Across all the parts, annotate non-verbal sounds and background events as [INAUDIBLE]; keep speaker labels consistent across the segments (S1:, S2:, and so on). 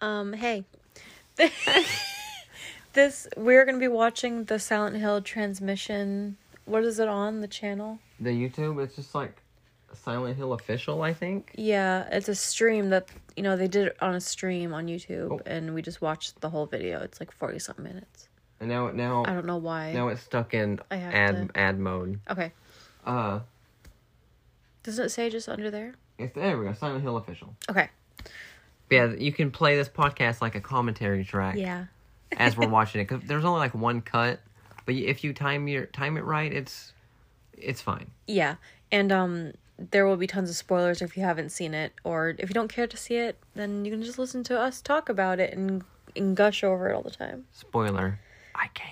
S1: Um, hey. [LAUGHS] this we're gonna be watching the Silent Hill transmission. What is it on the channel?
S2: The YouTube, it's just like Silent Hill official, I think.
S1: Yeah, it's a stream that you know they did it on a stream on YouTube,
S2: Oh.
S1: and we just watched the whole video. It's like forty something minutes.
S2: And now it
S1: I
S2: now
S1: don't know why.
S2: now it's stuck in
S1: I have
S2: ad
S1: to-
S2: ad mode.
S1: Okay,
S2: Uh,
S1: doesn't it say just under there?
S2: it's there we go. Silent Hill official.
S1: Okay.
S2: But yeah, you can play this podcast like a commentary track
S1: Yeah.
S2: [LAUGHS] as we're watching it. Cause
S1: [LAUGHS]
S2: there's only like one cut, but you- if you time your time it right, it's it's fine.
S1: Yeah, and um, there will be tons of spoilers if you haven't seen it, or if you don't care to see it, then you can just listen to us talk about it and and gush over it all the time.
S2: Spoiler, I came.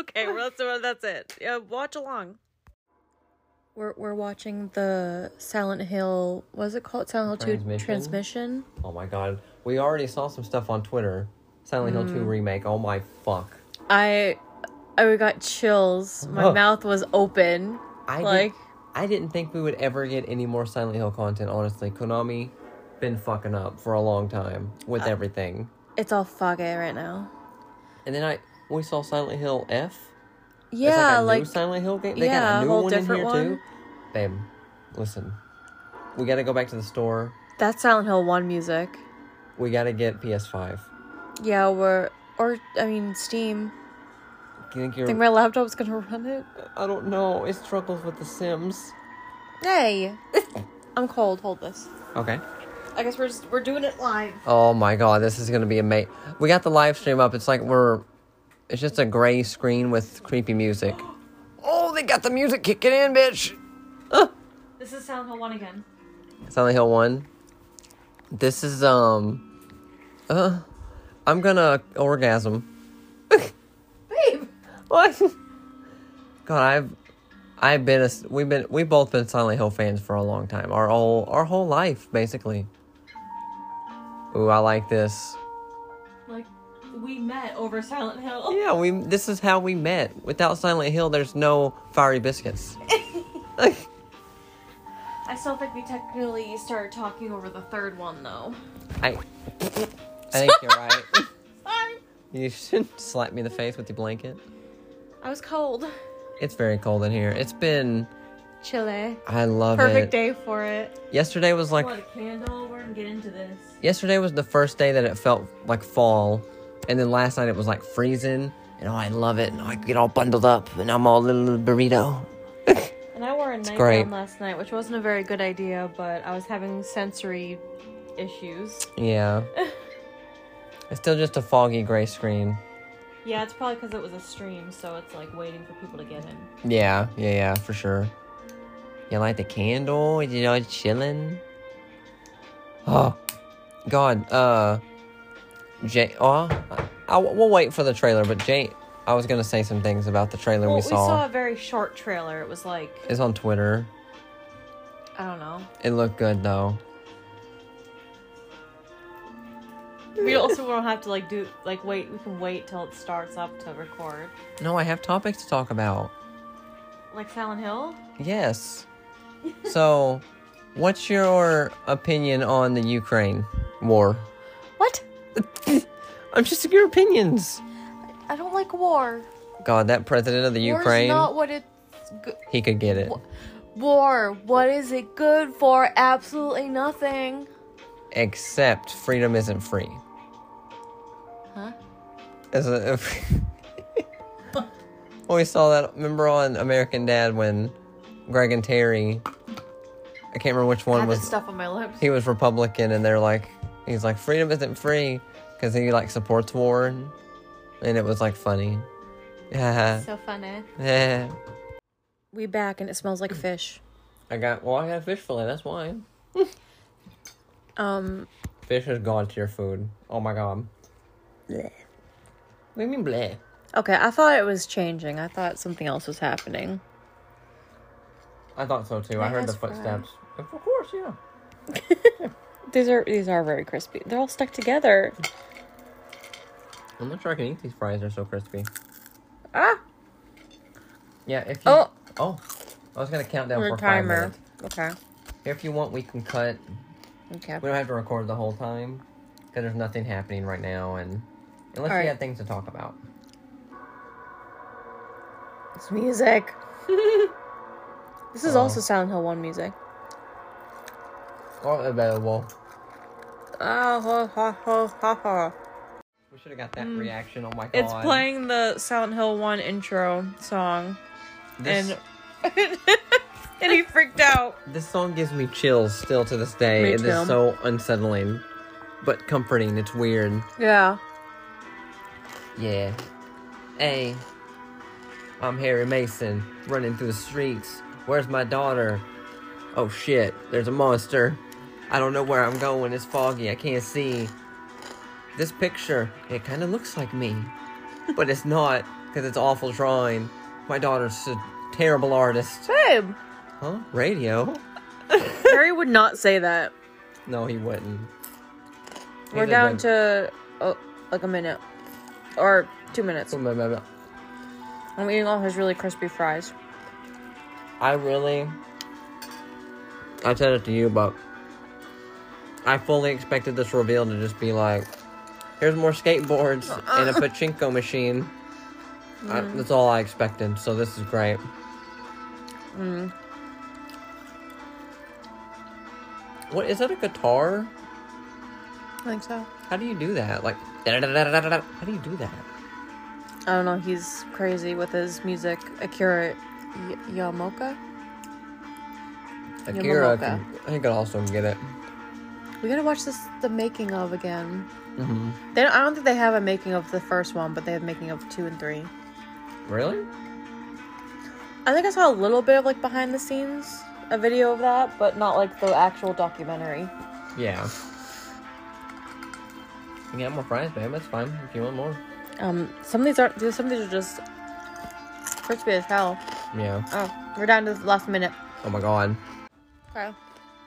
S1: Okay, well that's that's it. Yeah, watch along. We're we're watching the Silent Hill. Was it called Silent Hill Two
S2: Transmission?
S1: Transmission?
S2: Oh my god, we already saw some stuff on Twitter. Silent Hill
S1: Mm.
S2: Two remake. Oh my fuck.
S1: I I got chills. My
S2: Oh.
S1: mouth was open.
S2: I
S1: like
S2: did, I didn't think we would ever get any more Silent Hill content. Honestly, Konami been fucking up for a long time with everything.
S1: it's all foggy right now.
S2: And then I we saw Silent Hill F. It's like,
S1: Yeah,
S2: a
S1: like,
S2: new Silent Hill game. They
S1: yeah,
S2: got
S1: a
S2: a new
S1: whole
S2: one in
S1: different
S2: here
S1: one.
S2: too. Babe, listen, we got to go back to the store.
S1: that's Silent Hill One music.
S2: We got to get PS Five.
S1: Yeah, we're or I mean Steam.
S2: You think you're?
S1: Think my laptop's gonna run it?
S2: I don't know. It struggles with The Sims.
S1: Hey, [LAUGHS] I'm cold. Hold this.
S2: Okay.
S1: I guess we're just we're doing it live.
S2: Oh my god, this is gonna be amazing. We got the live stream up. It's like we're, it's just a gray screen with creepy music. Oh, they got the music kicking in, bitch.
S1: This is Silent Hill One again.
S2: Silent Hill One. This is um, uh, I'm gonna orgasm. [LAUGHS]
S1: Babe,
S2: What? God, I've, I've been a, we've been we've both been Silent Hill fans for a long time. Our whole our whole life basically. Ooh, I like this.
S1: like we met over Silent Hill.
S2: Yeah, we. This is how we met. Without Silent Hill, there's no fiery biscuits.
S1: I still think we technically started talking over the third one though.
S2: I. I think you're
S1: [LAUGHS]
S2: right.
S1: Sorry,
S2: You should slap me in the face with your blanket.
S1: I was cold.
S2: It's very cold in here. It's been.
S1: Chile.
S2: I love
S1: eh? Perfect
S2: it.
S1: day for it.
S2: Yesterday was like.
S1: What a candle. We're gonna get into this.
S2: Yesterday was the first day that it felt like fall, and then last night it was like freezing. And oh, I love it. And I get all bundled up, and I'm all little, little burrito.
S1: And I wore a
S2: great.
S1: nightgown last night, which wasn't a very good idea, but I was having sensory issues. [LAUGHS]
S2: Yeah. it's still just a foggy gray screen.
S1: Yeah, it's probably because it was a stream, so it's like waiting for people to get in.
S2: Yeah, yeah, yeah, for sure. You light the candle, you know, chilling. Oh, God, uh, Jay, oh, I, we'll wait for the trailer, but Jay, I was gonna say some things about the trailer
S1: Well,
S2: we saw.
S1: a very short trailer. It was like
S2: It's on Twitter.
S1: I don't know.
S2: It looked good, though.
S1: We [LAUGHS] also don't have to like do like wait. We can wait till it starts up to record.
S2: No, I have topics to talk about.
S1: Like Silent Hill.
S2: [LAUGHS] Yes. so, what's your opinion on the Ukraine war? [LAUGHS]
S1: What?
S2: I'm just your opinions.
S1: I don't like war.
S2: God, that president of the Ukraine,
S1: what it's. Go-
S2: he could get it.
S1: war. What is it good for? Absolutely nothing.
S2: except freedom isn't free.
S1: Huh?
S2: As a, well, [LAUGHS] we saw that. Remember on American Dad when Greg and Terry, I can't remember which
S1: I
S2: one
S1: have this
S2: was.
S1: stuff on my lips.
S2: He was Republican, and they're like, he's like, freedom isn't free because he like supports war, and, and it was like funny. [LAUGHS] Yeah.
S1: So funny.
S2: Yeah.
S1: We back and it smells like fish.
S2: I got well. I got a fish fillet. That's why
S1: [LAUGHS] Um.
S2: fish has gone to your food. Oh my god. Bleh. What do you mean bleh?
S1: Okay, I thought it was changing. I thought something else was happening.
S2: I thought so too.
S1: I
S2: I heard the
S1: asked for 'em.
S2: footsteps. Of course, yeah.
S1: These are these are very crispy. They're all stuck together.
S2: I'm not sure I can eat these fries. They're so crispy.
S1: Ah.
S2: Yeah. If you,
S1: Oh.
S2: oh oh, I was gonna count down
S1: The
S2: for five
S1: timer.
S2: minutes.
S1: Okay.
S2: If you want, we can cut.
S1: Okay.
S2: We don't have to record the whole time. because there's nothing happening right now, and unless we
S1: Alright.
S2: have things to talk about.
S1: It's music. [LAUGHS] this is
S2: Oh.
S1: also Silent Hill 1 music.
S2: Or available.
S1: Ah, ha, ha, ha, ha, ha.
S2: We should have got that reaction. Oh my god!
S1: Mm. It's playing the Silent Hill 1 intro song.
S2: This,
S1: And and he freaked out.
S2: this song gives me chills still to this day.
S1: Me
S2: it
S1: too.
S2: is so unsettling, but comforting. It's weird.
S1: Yeah.
S2: Yeah. Hey, I'm Harry Mason, running through the streets. Where's my daughter? Oh shit, there's a monster. I don't know where I'm going, it's foggy, I can't see. This picture, it kind of looks like
S1: [LAUGHS]
S2: me. but it's not, because it's awful drawing. My daughter's a terrible artist.
S1: Babe.
S2: Huh? Radio?
S1: Harry would not say that.
S2: No, he wouldn't.
S1: We're
S2: He's a
S1: down
S2: dumb-
S1: to oh, like a minute or two minutes. I'm eating all his really crispy fries.
S2: I really. I said it to you, but I fully expected this reveal to just be like, "Here's more skateboards and a
S1: Uh-uh.
S2: pachinko machine." I,
S1: Mm-hmm.
S2: that's all I expected, so this is great.
S1: Mm-hmm.
S2: What is that? A guitar?
S1: I think so.
S2: How do you do that? Like, how do you do that?
S1: I don't know. He's crazy with his music. Akira y- Yamoka.
S2: Akira,
S1: Yamamoka.
S2: can, I think I also get it.
S1: We gotta watch this the making of again.
S2: hmm
S1: They don't, I don't think they have a making of the first one, but they have making of two and three.
S2: Really?
S1: I think I saw a little bit of like behind the scenes, a video of that, but not like the actual documentary.
S2: Yeah. You got more fries, babe. That's fine. If you want more.
S1: Um, some of these aren't. dude, Some of these are just crispy as hell.
S2: Yeah.
S1: Oh, we're down to the last minute.
S2: Oh my god.
S1: Okay.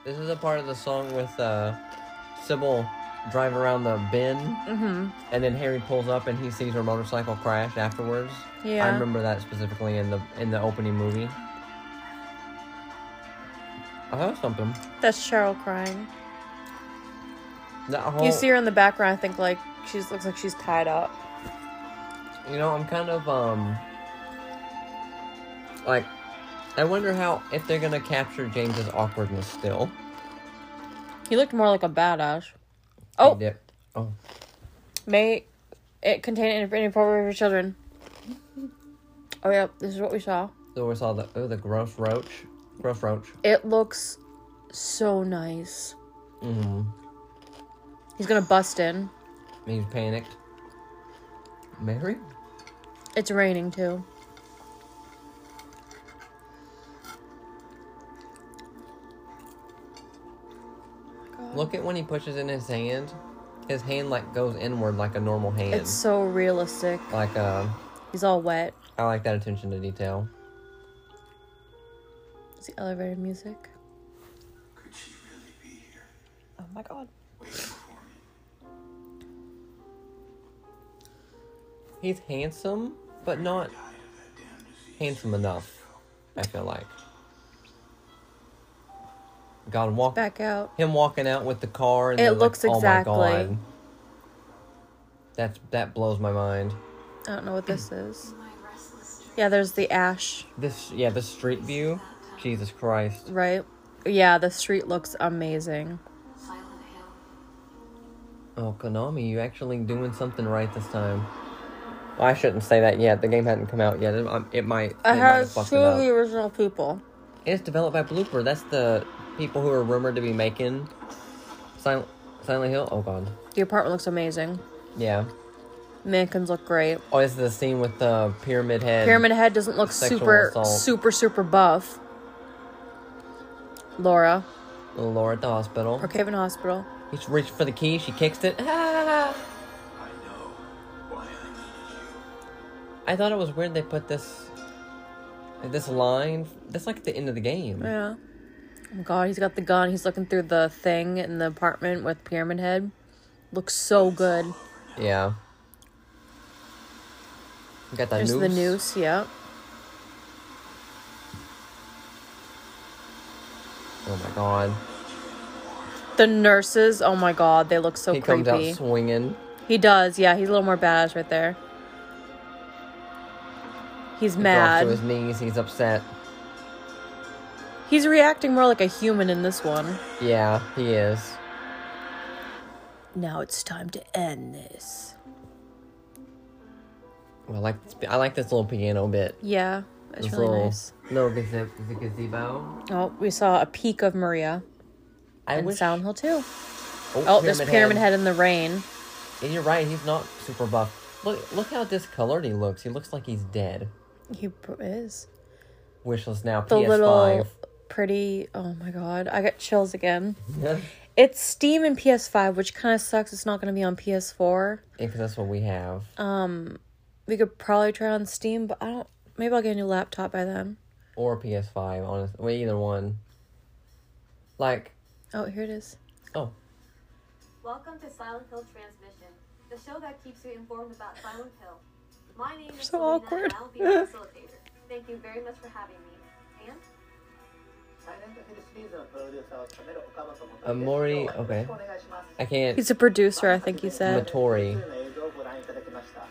S2: This is a part of the song with uh, Sybil drive around the bin,
S1: Mm-hmm.
S2: and then Harry pulls up and he sees her motorcycle crash afterwards.
S1: Yeah.
S2: I remember that specifically in the in the opening movie. I heard something.
S1: That's Cheryl crying.
S2: That whole,
S1: You see her in the background. I think like she looks like she's tied up.
S2: You know, I'm kind of um like I wonder how if they're gonna capture James's awkwardness still.
S1: He looked more like a badass. Oh,
S2: They did- Oh.
S1: may it contain inappropriate for children. Oh yeah, this is what we saw.
S2: So we saw the oh the gross roach, gross roach.
S1: It looks so nice.
S2: Mm-hmm.
S1: He's gonna bust in.
S2: He's panicked. Mary,
S1: It's raining too.
S2: look at when he pushes in his hand. His hand like goes inward like a normal hand.
S1: It's so realistic.
S2: Like uh,
S1: He's all wet.
S2: I like that attention to detail.
S1: Is the elevator music?
S3: Could she really be here
S1: Oh my god.
S3: waiting for me?
S2: He's handsome, but not
S3: Tired of that damn disease.
S2: handsome enough. I feel like. God walk
S1: Back out.
S2: him walking out with the car. And
S1: It
S2: they're like,
S1: looks
S2: "Oh my
S1: exactly-
S2: God." That's that blows my mind.
S1: I don't know what this is.
S4: My restless dream
S1: Yeah, there's the ash,
S2: This yeah, the street view. Jesus Christ.
S1: right? Yeah, the street looks amazing.
S4: Silent Hill.
S2: Oh, Konami, you actually doing something right this time. Well, I shouldn't say that yet. The game hasn't come out yet. It, um, it might. they
S1: It
S2: might
S1: has
S2: fucked
S1: two
S2: it
S1: of the
S2: up.
S1: original people.
S2: It's developed by Blooper. That's the people who are rumored to be making Silent, Silent Hill. Oh, God.
S1: The apartment looks amazing.
S2: Yeah.
S1: Mannequins look great.
S2: Oh, it's the scene with the pyramid head.
S1: Pyramid Head doesn't look
S2: Sexual
S1: super,
S2: assault.
S1: super, super buff. Laura,
S2: Little Laura at the hospital.
S1: or Caven Hospital.
S2: He's reached for the key. She kicks it. Ah!
S3: I know why I needed you.
S2: I thought it was weird they put this. This line. That's like the end of the game.
S1: Yeah. Oh God, he's got the gun. He's looking through the thing in the apartment with Pyramid Head. Looks so good.
S2: Yeah. You got that
S1: There's
S2: noose.
S1: the noose, yeah.
S2: Oh my god.
S1: The nurses, oh my god, they look so
S2: he comes out
S1: creepy.
S2: swinging.
S1: He does, yeah. He's a little more badass right there. He's
S2: He drops to his
S1: mad.
S2: knees. He's upset.
S1: He's reacting more like a human in this one.
S2: Yeah, he is.
S1: Now it's time to end this.
S2: Well, I like this, I like this little piano bit.
S1: Yeah, it's
S2: This
S1: really
S2: little
S1: nice.
S2: little gazebo. Is it gazebo?
S1: Oh, we saw a peek of Maria
S2: I
S1: in
S2: wish-
S1: Sound Hill too. Oh, there's Pyramid Head in the rain.
S2: And you're right. He's not super buff. Look look how discolored he looks. He looks like he's dead.
S1: He pr- is
S2: Wishless now.
S1: the
S2: PS5.
S1: little
S2: [LAUGHS]
S1: pretty. Oh my god, I got chills again.
S2: Yeah,
S1: It's Steam and PS5, which kind of sucks. It's not going to be on PS4.
S2: because that's what we have.
S1: Um. We could probably try on Steam, but I don't. Maybe I'll get a new laptop by then.
S2: or PS5, honestly. Well, either one. Like,
S1: Oh, here it is.
S2: oh,
S4: Welcome to Silent Hill Transmission, the show that keeps you informed about Silent Hill. My name is
S1: so
S4: Selena,
S1: awkward.
S4: and I'll be your facilitator. Thank you very much for having me. And
S5: サイレントヒルシリーズのプロデューサーを務める岡本元です
S2: Uh,
S5: 今日
S2: Mori-
S5: はよろしく
S2: okay.
S5: お願いします
S2: I can't.
S1: He's a producer, I think he said.
S2: Matori.
S5: 複数の映像をご覧いただきました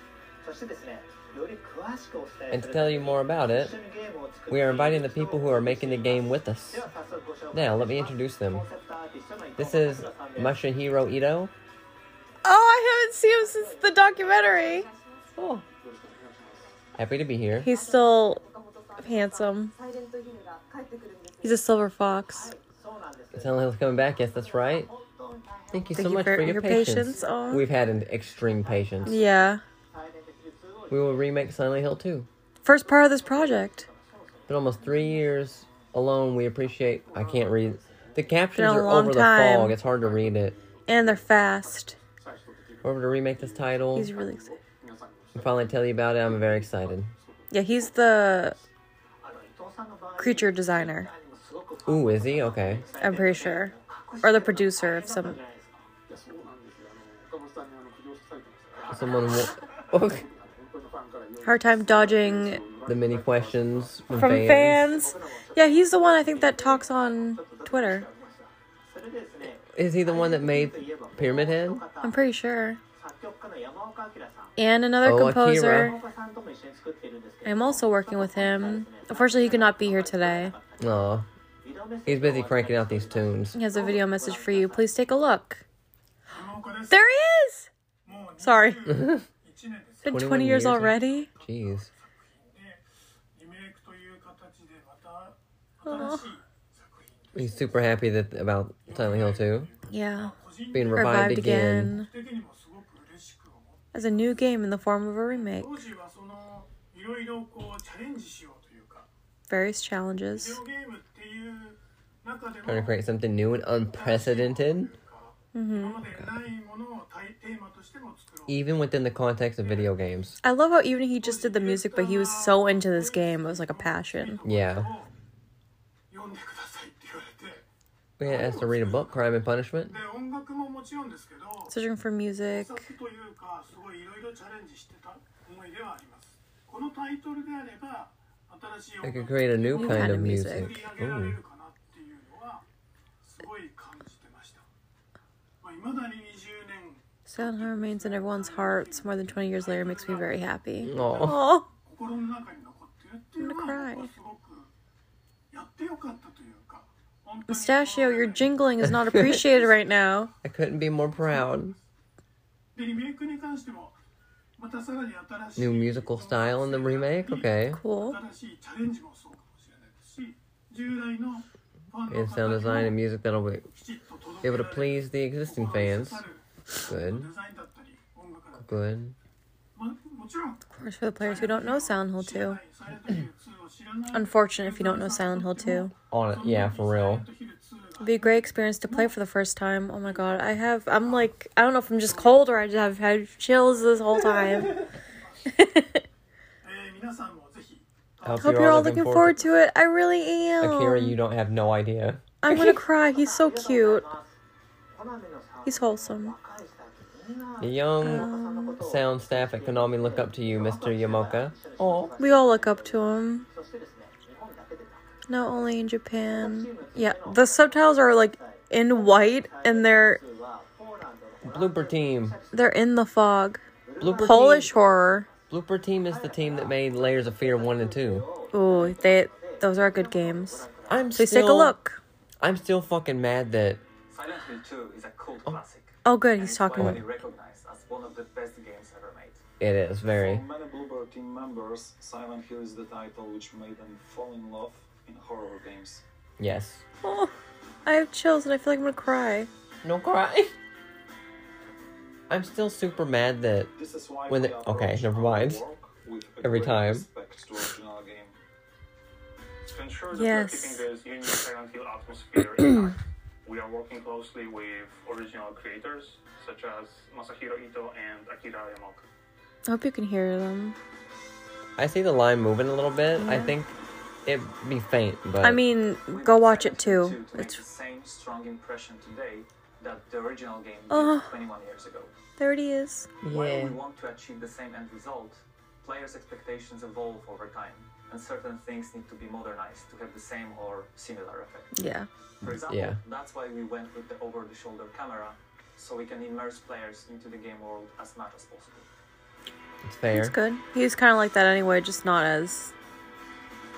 S5: そしてですねより詳しくお伝え
S2: And
S5: す
S2: to
S5: る
S2: tell you more about it, we are inviting the people who are making the game with us. Now, let me introduce them. This is Masahiro Ito.
S1: Oh, I haven't seen him since the documentary.
S2: Oh. Happy to be here.
S1: He's still
S4: 岡本さん
S1: handsome.
S4: サイレントヒルが帰ってくるんですね
S1: He's a silver fox.
S2: Sound Hill's coming back. Yes, that's right. Thank you so
S1: Thank you
S2: much
S1: for
S2: for your,
S1: your
S2: patience.
S1: patience. Aw.
S2: We've had an extreme patience.
S1: Yeah.
S2: We will remake Silent Hill 2.
S1: First part of this project.
S2: But almost three years alone, we appreciate. I can't read. The captions
S1: Been a
S2: are
S1: long
S2: over
S1: time.
S2: the fog. It's hard to read it.
S1: And they're fast.
S2: Whoever to remake this title,
S1: He's really excited.
S2: and finally tell you about it, I'm very excited.
S1: Yeah, he's the creature designer,
S2: Ooh, is he? Okay.
S1: I'm pretty sure. Or the producer of some.
S2: Someone. Wa- [LAUGHS] oh,
S1: Hard time dodging
S2: the many questions from,
S1: from
S2: fans.
S1: fans. Yeah, he's the one I think that talks on Twitter.
S2: Is he the one that made Pyramid Head?
S1: I'm pretty sure. And another
S2: Oh,
S1: composer.
S2: Akira.
S1: I'm also working with him. Unfortunately, he could not be here today.
S2: No, he's busy cranking out these tunes.
S1: He has a video message for you. Please take a look. There he is!
S2: [LAUGHS]
S1: Sorry. Been
S2: 21
S1: 20 years
S2: years.
S1: already?
S2: Jeez.
S6: リメイクという形でまた
S1: Aw.
S2: He's super happy that about Silent Hill 2
S1: Yeah.
S6: 個人
S2: being revived,
S1: Revived
S2: again.
S1: again
S6: 的にもすごく嬉しく思う
S1: as a new game in the form of a remake.
S6: 当時はそのいろいろこうチャレンジしようというか
S1: Various
S6: ビデ
S1: challenges.
S6: オゲームっていう中でも
S2: Trying to create something new and unprecedented,
S6: 今までないものを大テーマとしても作ろう
S2: even within the context of video games.
S1: I love how even he just did the music, but he was so into this game. It was like a passion.
S2: Yeah.
S6: 読んでくださいって言われて
S2: We had asked to read a book, Crime and Punishment.
S6: で音楽ももちろんですけど
S1: Searching for music.
S6: 作というかすごいいろいろチャレンジしてた思いではありますこのタイトルであれば新しい
S2: I
S6: 音
S2: could
S6: 楽
S2: create a new kind
S1: New
S2: of
S1: kind of
S6: 作り上
S2: music.
S6: げられるかなっていうのはすごい感じてました。まあ、未だに20年
S1: Silent Hill remains in everyone's hearts more than 20 years later makes me very happy.
S2: Oh,
S1: Aww.
S6: 心の中に残ってるっていうの
S1: I'm gonna
S6: は
S1: cry.
S6: 僕はすごくやってよかったというか。本当に
S1: Mustachio, your jingling is not appreciated right now.
S2: I couldn't be more proud.
S6: でリメイクに関してもまたさらに新しい
S2: New musical style in the remake. Okay.
S1: Cool.
S6: 新しいチャレンジもそうかもしれないですし、従来のファン
S2: And
S6: の
S2: sound design
S6: 方に
S2: and
S6: も
S2: music that'll be
S6: きちっと届
S2: able
S6: け
S2: to
S6: られる
S2: please the existing
S6: 心に刺
S2: fans.
S6: さるデザ
S2: Good.
S6: インだったり音楽だったり
S2: Good.
S6: まもちろん
S1: Of course, for the players who don't know Silent Hill 2. Unfortunate
S6: Unfortunate
S1: if you don't know Silent Hill 2.
S2: On it. Yeah, for real.
S1: It'd be a great experience to play for the first time. Oh my god, I have. I'm like, I don't know if I'm just cold or I just have had chills this whole time. [LAUGHS]
S2: I hope
S1: Hope you're all looking forward to it. I really am.
S2: Akira, you don't have no idea.
S1: I'm gonna cry. He's so cute. He's wholesome.
S2: The
S1: Oh.
S2: young sound staff at Konami look up to you, Mr. Yamoka. Oh.
S1: We all look up to him. Not only in Japan. Yeah, the subtitles are like in white and they're
S2: Blooper team.
S1: they're in the fog.
S2: Blooper
S1: Polish
S2: team.
S1: horror.
S2: Blooper team is the team that made Layers of Fear one and two.
S1: Ooh, they those are good games.
S2: I'm
S1: Please
S2: still
S1: take a look.
S2: I'm still fucking mad that
S7: Silent Hill 2 is a cult classic.
S1: Oh, good,
S7: and
S1: he's
S7: it's
S1: talking.
S7: widely recognized as one of the best games ever made.
S2: it is very.
S3: For many Bloober team members, Silent Hill is the title which made them fall in love in horror games.
S2: Yes.
S1: Oh, I have chills and I feel like I'm gonna cry.
S2: No cry. I'm still super mad that
S3: This is why
S2: When
S3: we
S2: the-
S3: approach
S2: okay, never
S3: our
S2: mind.
S3: work with a
S2: Every
S3: great
S2: time.
S3: respect to original game.
S8: To ensure that
S1: Yes.
S8: we're keeping this unique Silent Hill atmosphere [COUGHS] intact, we are working closely with original creators such as Masahiro Ito and Akira Yamaoka.
S1: I hope you can hear them.
S2: I see the line moving a little bit. I
S1: Yeah.
S2: think it'd be faint, but
S1: I mean,
S3: We
S1: go watch it
S3: decided
S1: too.
S3: To, to make
S1: It's
S3: the same strong impression today that the original game did
S1: Oh.
S3: 21 years ago.
S1: there it is.
S2: yeah.
S7: While we want to achieve the same end result, players' expectations evolve over time, and certain things need to be modernized to have the same or similar effect.
S1: Yeah.
S7: For example,
S2: Yeah.
S7: that's why we went with the over the shoulder camera, so we can immerse players into the game world as much as possible.
S2: It's fair.
S1: It's good. He's kind of like that anyway, just not as.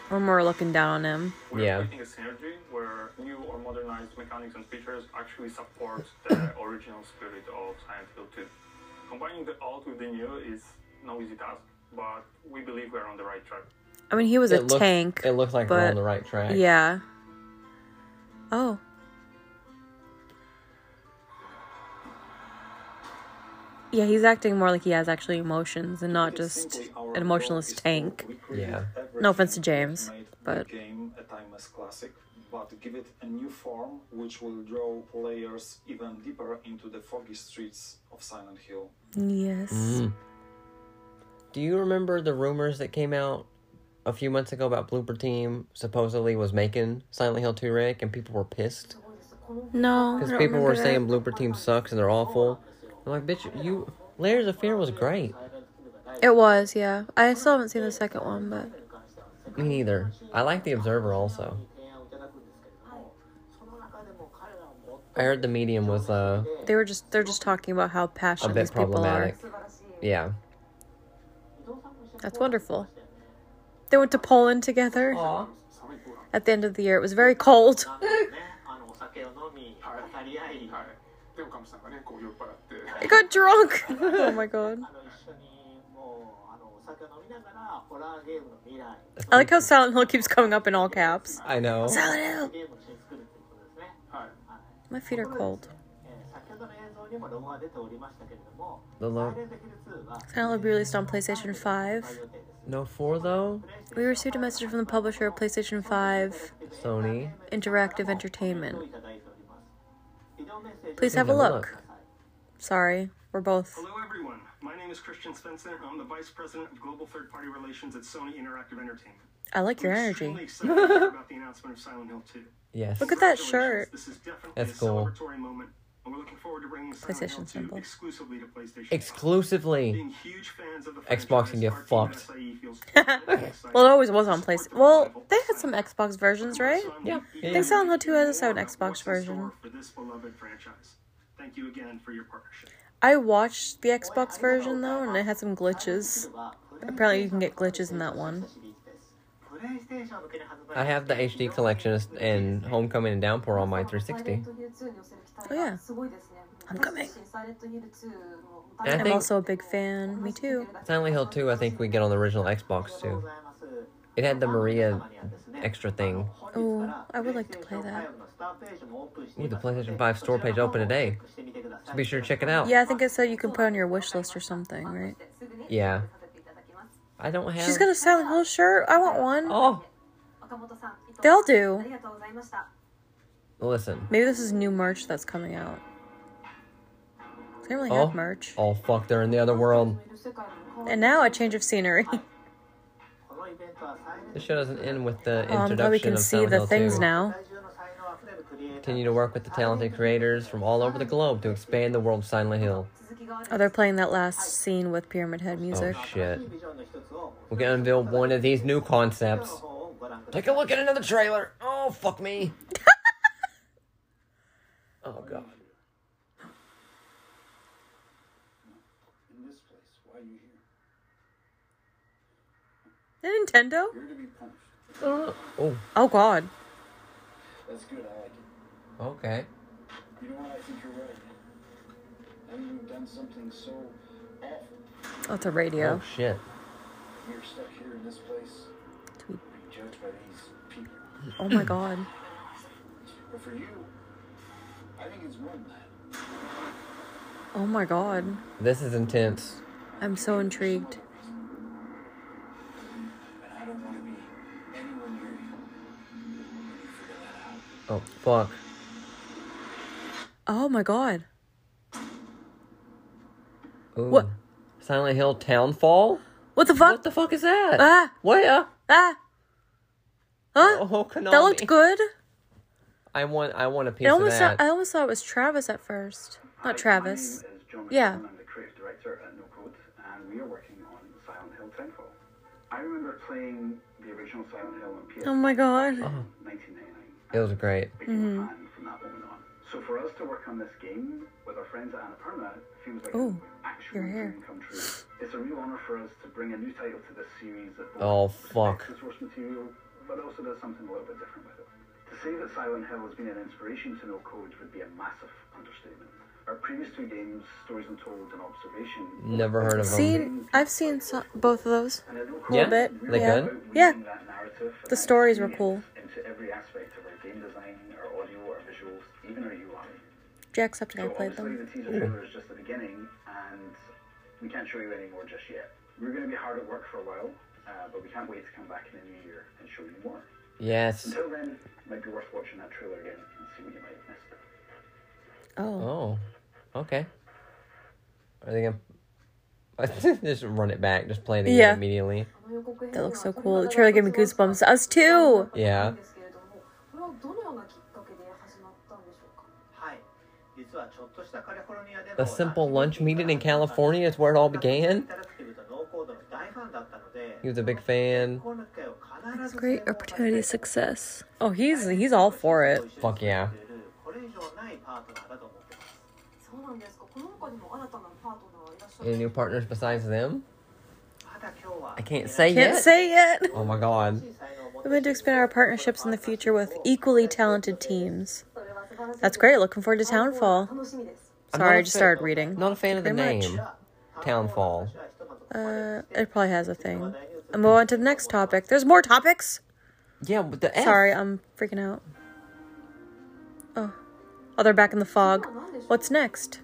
S1: When we're looking down on him.
S8: We're
S2: Yeah.
S8: creating a synergy where new or modernized mechanics and features actually support [LAUGHS] the original spirit of Silent Hill 2. Combining the old with the new is no easy task, but we believe we're on the right track.
S1: I mean, he was a
S2: it looks,
S1: tank.
S2: It looks like we're
S1: but-
S2: on the right track.
S1: Yeah. Oh. Yeah, he's acting more like he has actually emotions and not
S3: It is
S1: just
S3: simply our
S1: an emotionless
S3: goal is to
S1: tank.
S3: recreate
S2: Yeah.
S3: everything
S1: No offense to
S3: that
S1: James,
S3: made the
S1: but-
S3: game a timeless classic, but give it a new form which will draw players even deeper into the foggy streets of Silent Hill.
S1: Yes.
S2: Mm. Do you remember the rumors that came out a few months ago about Blooper Team supposedly was making Silent Hill 2 Rick and people were pissed?
S1: No. I
S2: Because
S1: don't
S2: people were
S1: remember that.
S2: saying Blooper Team sucks and they're awful. I'm like, bitch, you. Layers of Fear was great.
S1: It was, yeah. I still haven't seen the second one, but
S2: Me neither. I like The Observer also. I heard The Medium was, uh,
S1: they were just they're just talking about how
S2: a
S1: passionate
S2: bit
S1: these people are.
S2: problematic. Yeah.
S1: That's wonderful. They went to Poland together at the end of the year. It was very [LAUGHS] cold.
S5: [LAUGHS] あのお酒を飲み語り合い
S8: はい。で、岡本さんがね、こう酔っ払って。
S1: I got [LAUGHS] drunk. oh my god.
S5: あの一緒にもうあのお酒を飲みながらホラーゲームの未来
S1: I like how Silent Hill keeps coming up in all caps.
S2: I know.
S1: Silent Hill.
S5: ゲームを一緒に作るっていうことですね、
S1: My feet are cold.
S5: えー、先ほどの映像にもロゴが出ておりましたけれども
S2: The lo-
S5: サイレントヒル2は
S1: Silent Hill will be released on PlayStation 5.
S2: No 4 though?
S1: We received a message from the publisher of PlayStation 5
S2: Sony.
S1: Interactive Entertainment.
S5: ビデオメッセージ
S1: Please have a look. Sorry, we're both.
S8: Hello, everyone. My name is Christian Svensson, and I'm the Vice President of Global Third Party Relations at Sony Interactive Entertainment.
S1: I like your
S8: I'm
S1: energy.
S8: extremely excited to hear about the announcement of Silent Hill 2.
S2: Yes.
S1: Look at that
S8: Congratulations.
S1: shirt.
S8: This is definitely
S2: That's
S8: a
S2: cool.
S8: celebratory moment, and we're looking forward to bringing Silent Hill
S1: PlayStation
S8: 2
S1: symbol.
S8: exclusively to PlayStation.
S2: Exclusively.
S8: Being huge fans of the
S2: Xbox can get
S8: franchise,
S2: fucked.
S8: our team at SIE feels totally excited
S1: [LAUGHS] Well, it always was on
S8: to support
S1: PlayStation.
S8: the
S1: Well,
S8: revival of
S1: they had some
S8: Silent Hill.
S1: Xbox versions, right?
S2: Yeah.
S1: I think Silent Hill 2 has a an Xbox version.
S8: For this beloved franchise. Thank you again for your partnership.
S1: I watched the Xbox version though, and it had some glitches. Apparently, you can get glitches in that one.
S5: プレイステーション向けに発売
S2: I have the HD collection and Homecoming and Downpour on my 360.
S1: Oh, yeah. I'm coming.
S2: I
S1: I'm
S2: think-
S1: also a big fan. Me too.
S2: Silent Hill 2, I think we get on the original Xbox too. It had the Maria extra thing.
S1: Oh, I would like to play that.
S2: Ooh, the PlayStation 5 store page open today. So be sure to check it out.
S1: Yeah, I think it said you can put on your wish list or something, right?
S2: Yeah. I don't have.
S1: She's got a Silent Hill shirt. I want one.
S2: Oh,
S1: They all do.
S2: listen.
S1: Maybe this is new merch that's coming out. They don't really
S2: Oh.
S1: have merch.
S2: Oh fuck, they're in the other world.
S1: And now a change of scenery.
S2: This show doesn't end with the
S1: Oh, I'm
S2: introduction
S1: glad we can
S2: of
S1: see
S2: Silent
S1: the
S2: Hill
S1: things
S2: 2.
S1: now.
S2: Continue to work with the talented creators from all over the globe to expand the world of Silent Hill.
S1: Oh, they're playing that last scene with Pyramid Head
S2: Oh
S1: music.
S2: shit. We can unveil one of these new concepts.
S1: [LAUGHS]
S2: Take a look at another trailer. Oh fuck me. Oh
S3: Why are you
S2: god.
S3: here? No, In this place, why are you here?
S1: Nintendo?
S3: You're to be punished.
S2: Oh, oh,
S1: Oh god.
S3: That's good, I like it.
S2: okay.
S3: You know what, I think you're right. I mean, you've done something so awful.
S1: Oh, it's a radio.
S2: Oh shit.
S3: You're stuck here in this place,
S1: Tweet.
S3: being judged by these people.
S1: Oh my god.
S3: But for you, I think it's more than that.
S1: Oh my god.
S2: This is intense.
S1: I'm so intrigued.
S3: And I don't want to be anywhere near you. When you figure that
S2: Oh
S3: out.
S2: fuck.
S1: Oh my god.
S2: Ooh.
S1: What?
S2: Silent Hill Townfall?
S1: What the fuck?
S2: What the fuck is that?
S1: Ah.
S2: What? Uh,
S1: ah. Huh?
S2: oh, Konami.
S1: that looked good.
S2: I want. I want a piece
S1: It
S2: of
S1: almost
S2: that.
S1: I almost thought it was Travis at first. Not Travis. Yeah.
S9: I'm the creative director at No Code, and we are working on Silent Hill Tenfold. I remember playing the original Silent Hill on PS.
S1: Oh my god. Mm-hmm.
S9: 1999.
S1: uh,
S2: it was great.
S9: Became a fan from that moment on. So for us to work on this game with our friends at Annapurna feels like
S1: Ooh,
S9: an actual
S1: your hair.
S9: dream come true. It's a real honor for us to bring a new title to this series that both
S2: Oh,
S9: respects
S2: fuck.
S9: the source material, but also does something a little bit different with it. To say that Silent Hill has been an inspiration to No Code would be a massive understatement. Our previous two games, Stories Untold and Observation,
S2: Never heard of them.
S1: Seen I've seen so- both of those.
S9: and at No
S2: Yeah?
S9: Code, we
S2: They
S1: Yeah.
S2: good?
S1: Yeah.
S9: bring that narrative and
S1: The
S9: that
S1: stories were
S9: experience into every aspect of our game design, our audio, our visuals, even our UI. So
S1: Jacksepticeye played
S9: obviously
S1: them.
S9: the teaser trailer is just the beginning, and we can't show you any more just yet. We're going to be hard at work for a while, uh, but we can't wait to come back in the new year and show you more.
S2: Yes.
S9: Until then, it might be worth watching that trailer again and see what you might have missed.
S1: Oh.
S2: Oh. Okay. Are they [LAUGHS] gonna just run it back? Just play it again
S1: Yeah.
S2: immediately.
S1: That looks so cool. The trailer gave me goosebumps. Us too.
S2: Yeah.
S5: はい実はちょっとしたカリフォルニアでの
S2: The simple lunch meeting in California is where it all began.
S5: インタラクティブとノーコードの大ファンだったので
S2: He was a big fan.
S5: この機会を必ず
S1: success. Oh, he's he's all for it.
S2: Fuck yeah.
S5: これ以上ないパートナーだと思ってます
S4: そうなんですか。この他にも新たなパートナーはいらっしゃ
S2: Any new partners besides them?
S5: まだ今日は
S2: I can't say
S1: Can't
S2: yet.
S1: say it.
S2: Oh my god.
S1: We plan to expand our partnerships in the future with equally talented teams.
S4: それは素晴らしい。
S1: That's great. Looking forward to Townfall.
S4: 楽しみです。
S2: I'm
S1: Sorry,
S2: not
S1: I
S2: a
S1: just
S2: fan-
S1: started reading.
S2: Not a fan of the
S1: Pretty much.
S2: name. Townfall.
S1: Uh, it probably has a thing. And move on to the next topic. There's more topics.
S2: Yeah, but the F.
S1: Sorry, um, I'm freaking out. Oh, oh, they're back in the fog. What's next?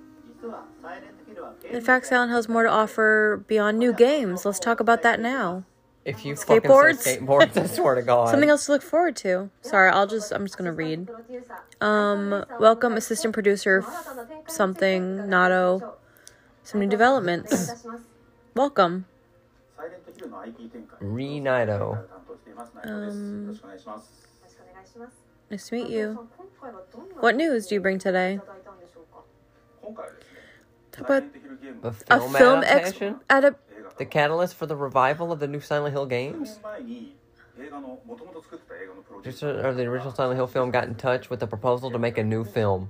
S1: In fact, Silent Hill's more to offer beyond new games. Let's talk about that now.
S2: If you fucking say
S1: Skateboards?
S2: skateboards, I swear to God.
S1: Something else to look forward to. Sorry, I'll just I'm just gonna read. Um, welcome assistant producer f- something Nato. Some
S4: [LAUGHS]
S1: new developments. Welcome.
S2: Renito.
S1: Um, nice to meet
S4: Meet you.
S1: you. What news do you bring today? Talk about
S2: The
S1: a
S2: film
S1: film ex
S2: adaptation.
S1: adap-
S2: the catalyst for the revival of the new Silent Hill games. Just or the original Silent Hill film got in touch with a proposal to make a new film.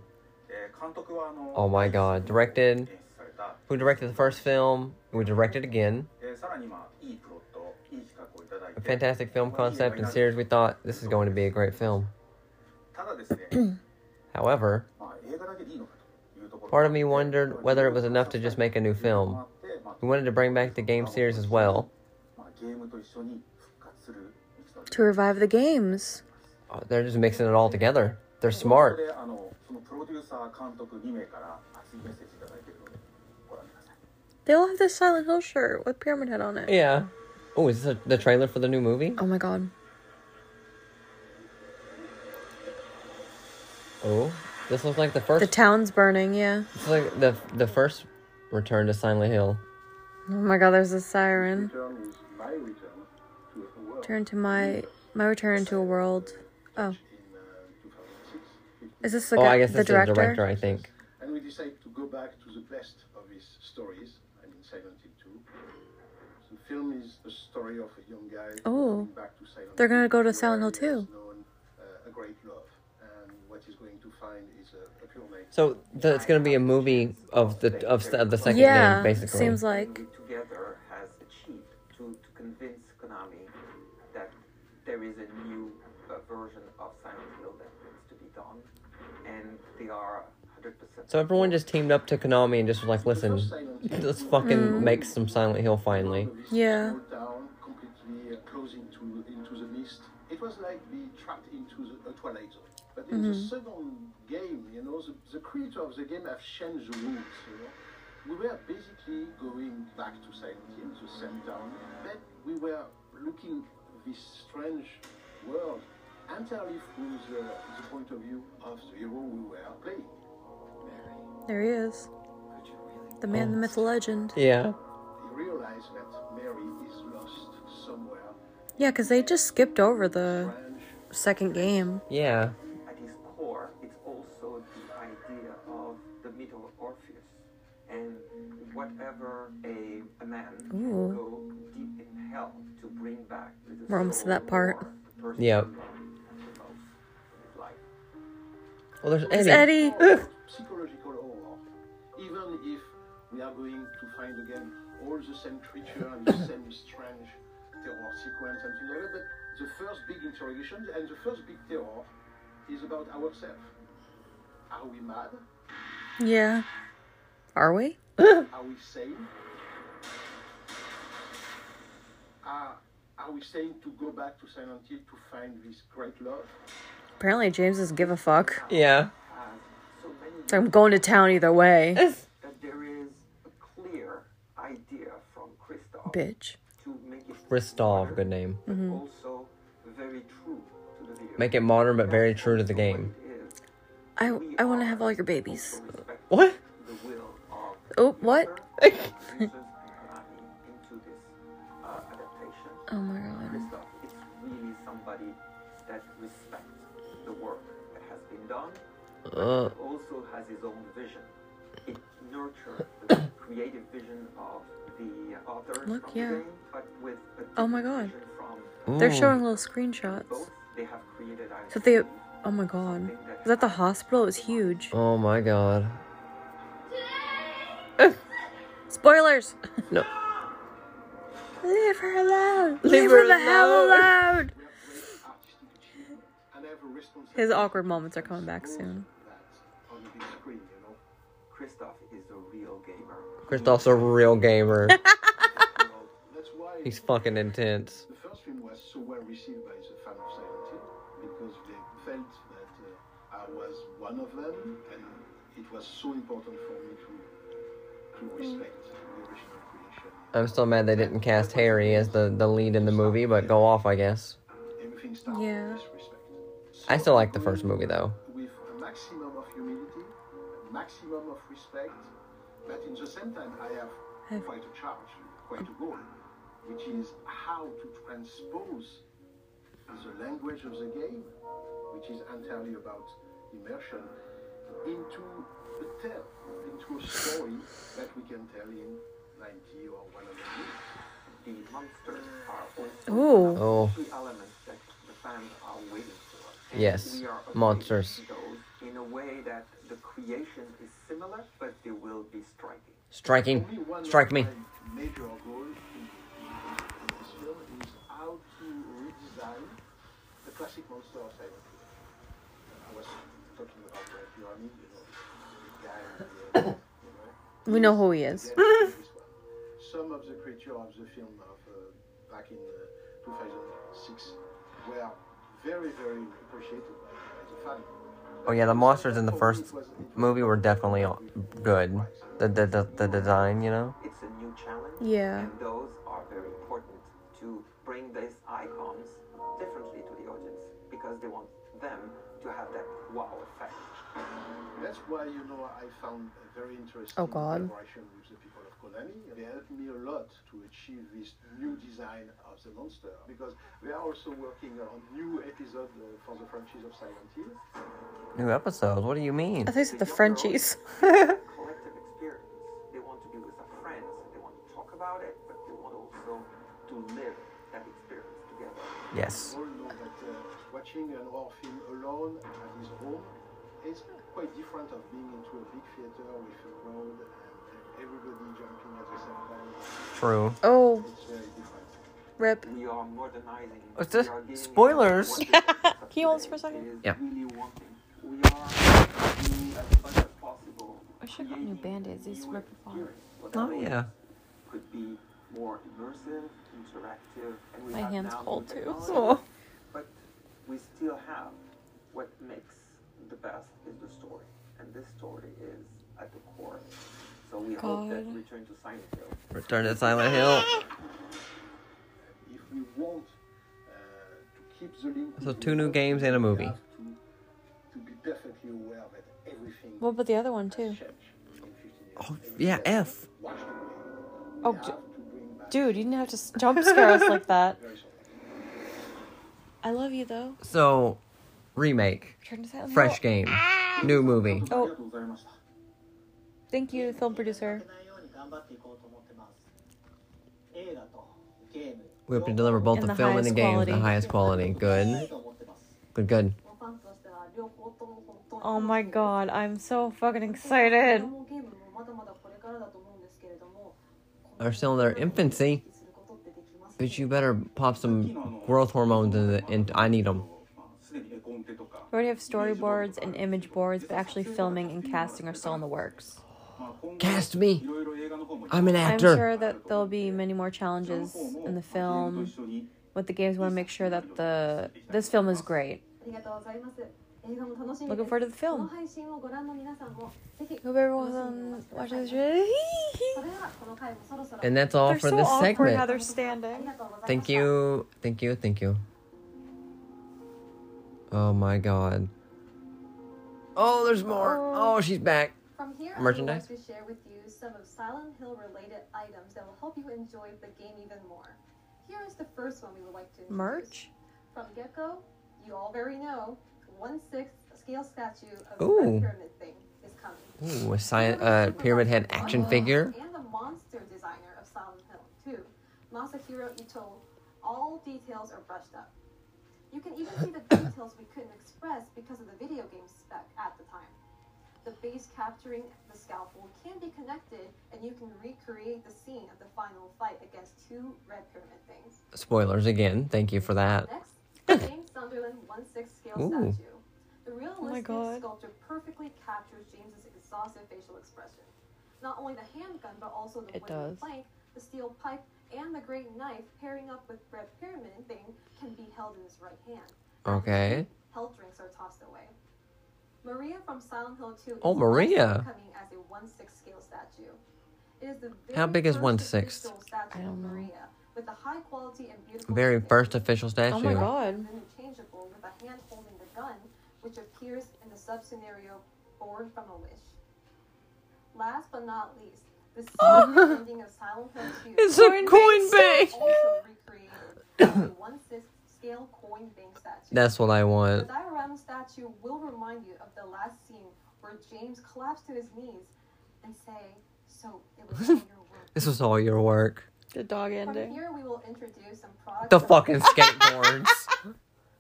S2: Oh my god. Directed. Who directed the first film? Who directed again? A fantastic film concept and [COUGHS] series. We thought this is going to be a great film. However,
S9: Part of me wondered whether it was enough to just make a new film.
S2: we wanted to bring back the game series as well.
S1: to revive the games.
S2: Oh, they're just mixing it all together. They're smart.
S1: They all have this Silent Hill shirt with Pyramid Head on it.
S2: Yeah. Oh, is this a, the trailer for the new movie?
S1: Oh my god.
S2: Oh, this looks like the first.
S1: The town's burning, yeah.
S2: It's like the the first return to Silent Hill.
S1: Oh my god, there's a siren. Turn to my my return to a world. Oh. Is this the
S2: oh,
S1: guy,
S2: I guess
S1: the
S2: it's
S1: director?
S2: the director. I think.
S10: And we decided to go back to the best of his stories. I mean, Silent Hill 2. The film is the story of a young guy.
S1: Oh.
S10: coming back to Silent
S1: They're gonna
S10: Hill,
S1: go to
S10: where
S1: Silent Hill
S10: he has
S1: 2.
S10: known, uh, a great love and what what he's going to find is a, a pure mate.
S2: So th- it's going to be a movie of the of, the- of the second
S1: Yeah,
S2: game, basically.
S1: seems like.
S11: We together has achieved to, to convince Konami that there is a new uh, version of Silent Hill that needs to be done, and they are 100%.
S2: So everyone just teamed up to Konami and just was like, listen, let's fucking
S1: Mm.
S2: make some Silent Hill finally.
S1: Yeah.
S10: Down, completely uh, closed into, into the mist. It was like being trapped into the, a twilight zone. But in the
S1: Mhm.
S10: second game, you know, the, the creator of the game have changed the rules, you know. We were basically going back to Silent Hill, the same town, but we were looking this strange world entirely through the, the point of view of the hero we were playing.
S1: There he is. The man,
S2: Oh.
S1: the myth, the legend.
S2: Yeah.
S10: He realized that Mary is lost somewhere
S1: Yeah, because they just skipped over the second game.
S2: Yeah.
S11: At its core, it's also the idea of the myth of Orpheus, and whatever a, a man
S1: Ooh.
S11: can go deep in hell to bring back to the
S1: We're almost to that part.
S2: Yeah. Well, there's
S1: It's
S2: Eddie. [LAUGHS]
S1: Eddie.
S10: psychological horror. Even if we are going to find again all the same creature and the same strange terror sequence and things like that, but the first big interrogation and the first big terror is about ourselves. Are we mad?
S1: Yeah. Are we?
S10: Are we sane? Are, are we sane to go back to Silent Hill to find this great love?
S1: Apparently, James does give a fuck.
S2: Yeah.
S1: So I'm going to town either way.
S11: that there is a clear idea from Christoph
S1: Bitch.
S11: to make it
S2: Christoph, good name.
S11: but
S1: Mm-hmm.
S11: also very true to the viewer.
S2: Make it modern but very true to the game.
S1: I, I want to have all your babies.
S2: What?
S1: Oh, what?
S11: into this uh, adaptation.
S1: [LAUGHS] Oh my God.
S11: Christoph is really somebody that respects the work that has been done, but
S2: Uh.
S11: also has his own vision. It nurtures
S1: [COUGHS]
S11: the creative vision of the author
S1: Look,
S11: from
S1: yeah.
S11: the game, but with a
S1: Oh my god.
S11: Ooh.
S10: Oh.
S1: They're showing little screenshots.
S11: they have created I
S1: So they. Oh my god. Is that the hospital? It was huge.
S2: Oh my god.
S1: Spoilers! [LAUGHS]
S2: No.
S1: Leave her alone!
S10: Leave
S1: Leave
S10: her
S1: her the hell
S10: alone.
S1: alone!
S10: And have a responsibility
S1: His awkward moments are coming back soon.
S10: on the big screen, you know?
S11: Christoph is a real gamer.
S2: Christoph's a real
S1: [LAUGHS]
S2: gamer.
S10: That's why
S2: He's fucking intense.
S10: The first film was so well received by the fan of Silent Hill because they felt that uh, I was one of them and it was so important for me to, to respect the original creation.
S2: I'm still mad they didn't cast Harry as the, the lead in the movie, but go off, I guess.
S10: Everything started
S1: Yeah.
S10: with respect.
S2: I still like the first movie, though.
S10: With a maximum of humility, a maximum of respect, but in the same time I have quite a charge, quite a goal, which is how to transpose the language of the game, which is entirely about immersion, into a tale, into a story that we can tell in 90 or 100 years.
S11: The monsters are also
S1: Ooh.
S2: Oh.
S11: key elements that the fans are waiting for. And
S2: Yes.
S11: we are afraid
S2: Monsters.
S11: of those in a way that the creation is similar, but they will be striking.
S2: Striking. Strike me.
S10: Major goal in this film is how to redesign the classic monster of Silent Hill. I was talking about Red Pyramid, you know, the big guy, with the, you know,
S1: [COUGHS] We know who
S10: [LAUGHS]
S1: he [LAUGHS] is.
S10: some of the creatures of the film of uh, back in uh, 2006 were very, very appreciated by, by the fan.
S2: Oh, yeah, the monsters in the first movie were definitely good. The, the, the, the design, you know?
S11: It's a new challenge.
S1: Yeah.
S11: And those are very important to bring these icons differently to the audience because they want them to have that wow effect.
S10: That's why, you know, I found a very interesting
S1: Oh, God.
S10: collaboration with the people of Konami. They helped me a lot to achieve this new design of the monster because we are also working on new episode uh, for the franchise of Silent Hill.
S2: New episodes. What do you mean?
S1: I think it's the
S10: [LAUGHS]
S1: Frenchies.
S11: collective experience. They want to be with their friends. They want to talk about it, but they want also to live that experience together.
S2: Yes.
S10: We all know that uh, watching an horror film alone at his home It's quite different of being into a big theater with a crowd and everybody jumping at the same time.
S2: True.
S1: Oh.
S10: It's very different.
S1: Rip.
S11: We are modernizing.
S2: What's this? Spoilers.
S1: [LAUGHS] Can you hold this for a second?
S2: Yeah.
S1: I should got new band-aids. These rip apart.
S2: Oh yeah.
S11: Could be more immersive, interactive, and we
S1: My
S11: have
S1: hand's
S11: now
S1: cold
S11: new
S1: too.
S11: technology.
S1: Oh.
S11: But we still have what makes the best is the story, and this story is at the core. So we hope that
S1: God.
S11: Return to Silent Hill
S2: Return to Silent Hill.
S10: If we want uh, to keep the link,
S2: So two new games and a movie.
S10: to be perfectly aware that everything
S1: What about the other one too?
S2: Oh yeah, F.
S1: Oh, du- dude, you didn't have to s- jump scare us like that. I love you though.
S2: So, remake,
S1: Return to Silent
S2: fresh
S1: Hill.
S2: game, new movie.
S1: Oh. Thank you, film producer.
S5: 頑張っていこうと思ってます映画とゲーム
S2: We hope to deliver both
S1: And
S2: the
S1: the
S2: film and the
S1: highest
S2: game the
S1: quality.
S2: highest quality. Good.
S5: と思ってます
S2: Good. Good.
S4: ファンとしては両方とも本当に
S1: Oh my god, I'm so fucking excited.
S4: このゲームもまだまだこれからだと思うんですけれども
S2: Are still in their infancy,
S4: することってできます
S2: but you better pop some growth hormones in the. In, I need them.
S1: We already have storyboards and image boards, but actually filming and casting are still in the works.
S2: Cast me. I'm an
S1: I'm
S2: actor.
S1: sure that there'll be many more challenges in the film. With the games, we want to make sure that the this film is great.
S4: ありがとうございます映画も楽しみです
S1: Looking forward to the
S4: この
S1: film.
S4: 配信をご覧の皆さんもぜひ
S1: Hope everyone's on watching this video.
S4: それではこの回もそろそろ
S2: And that's all
S1: They're
S2: for
S1: so
S2: this
S1: awkward how
S2: segment.
S1: they're standing.
S4: ありがとうございま
S2: Thank
S4: した
S2: you. Thank you. Thank you. Oh my god. Oh, there's more. Oh, she's back.
S4: From here,
S2: Merchandise?
S4: I would like to share with you some of Silent Hill related items that will help you enjoy the game even more. Here is the first one we would like to introduce.
S1: Merch?
S4: From Gecko, you all very know, one sixth scale statue of
S2: Ooh.
S4: the Red pyramid thing is coming.
S2: Ooh, a sci- uh, pyramid head action
S4: Ugh.
S2: figure.
S4: And the monster designer of Silent Hill too, Masahiro Ito. All details are brushed up. You can even
S2: [COUGHS]
S4: see the details we couldn't express because of the video game spec at the time. The base capturing the scalpel can be connected, and you can recreate the scene of the final fight against two Red Pyramid things.
S2: Spoilers again. Thank you for that.
S4: Next, James Sunderland 1 6 scale
S2: Ooh.
S4: statue. The realistic
S1: Oh God.
S4: sculpture perfectly captures James's exhaustive facial expression. Not only the handgun, but also the
S1: It
S4: wooden
S1: does.
S4: plank, the steel pipe, and the great knife pairing up with Red Pyramid thing can be held in his right hand. After
S2: Okay.
S4: eating, Health drinks are tossed away. Maria from Silent Hill 2
S2: Oh,
S4: is
S2: Maria.
S4: also coming as a 1 6 scale statue. It is the
S2: How
S4: very
S2: big is
S4: first
S2: 1/6?
S4: official statue
S1: I don't
S4: of
S1: know.
S4: Maria, with the high quality and beautiful
S2: Very
S4: detail.
S2: first official statue.
S1: Oh my god.
S4: Interchangeable with a hand holding the gun, which appears in the sub scenario Born from a Wish. Last but not least,
S2: [LAUGHS]
S4: the secret ending of Silent Hill 2
S2: It's a coin bank.
S4: also recreated as a one sixth scale coin bank statue.
S2: That's what I
S4: the
S2: want.
S4: diorama statue will remind you of the last scene where James collapsed to his knees and say, So it was all
S2: [LAUGHS]
S4: your work.
S2: This was all your work.
S1: The dog
S4: From
S1: ending.
S4: here, we will introduce some products.
S2: The
S4: that-
S2: fucking
S1: [LAUGHS]
S2: skateboards.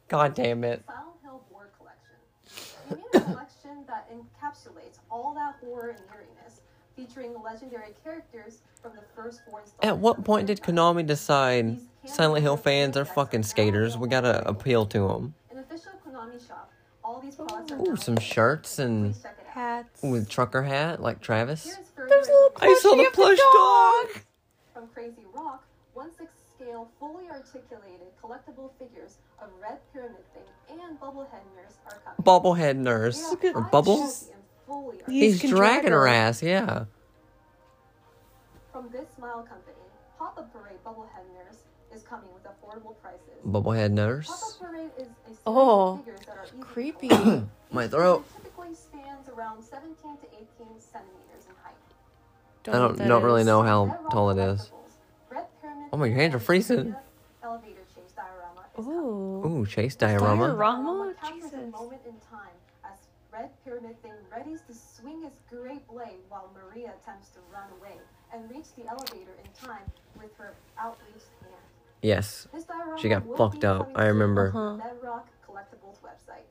S2: God damn it.
S4: Silent Hill Board Collection. We made
S2: [COUGHS]
S4: a collection that encapsulates all that horror and eeriness, featuring legendary characters from the first four installments.
S2: At what
S4: of the
S2: point did
S4: franchise.
S2: Konami decide Silent Hill fans are fucking skaters? We gotta appeal to them.
S4: An official Konami shop. All these products are
S2: Ooh, some shirts and
S4: Please check it out.
S1: Hats.
S2: ooh, a trucker hat like Travis.
S4: Here's further
S1: There's a little
S2: I saw
S1: plushie
S2: the
S1: of
S2: plush dog.
S4: from Crazy Rock, one six scale, fully articulated collectible figures of Red Pyramid Thing and Bubblehead Nurse are coming.
S2: Bobblehead
S4: They
S2: nurse
S4: are
S2: or
S4: high
S2: bubble.
S4: quality and fully
S2: He's
S1: can
S2: dragging
S1: drag
S2: her
S1: her.
S2: ass. Yeah.
S4: From this smile company, Pop-Up Parade Bubblehead Nurse is coming with affordable prices.
S2: Bobblehead nurse.
S4: Pop-Up Parade is a series
S1: Oh,
S4: of figures that are easy to
S1: creepy.
S4: hold.
S1: [CLEARS THROAT]
S2: My
S4: Each
S2: throat.
S4: figure typically spans around 17 to 18 centimeters in height.
S2: I don't don't really know how tall it is. Oh my, your hands are freezing.
S4: Elevator chase diorama is coming.
S1: Ooh.
S2: Ooh, chase
S1: Diorama.
S2: diorama.
S1: Rama?
S4: captures a
S1: Jesus.
S4: moment in time as Red Pyramid Thing readies to swing his great blade while Maria attempts to run away and reach the elevator in time with her outreached hand.
S2: Yes.
S4: This diorama
S2: She got
S4: will
S2: fucked
S4: be
S2: up,
S4: coming
S2: I
S4: soon
S2: remember.
S4: on
S1: Uh-huh.
S4: Bedrock Collectibles website.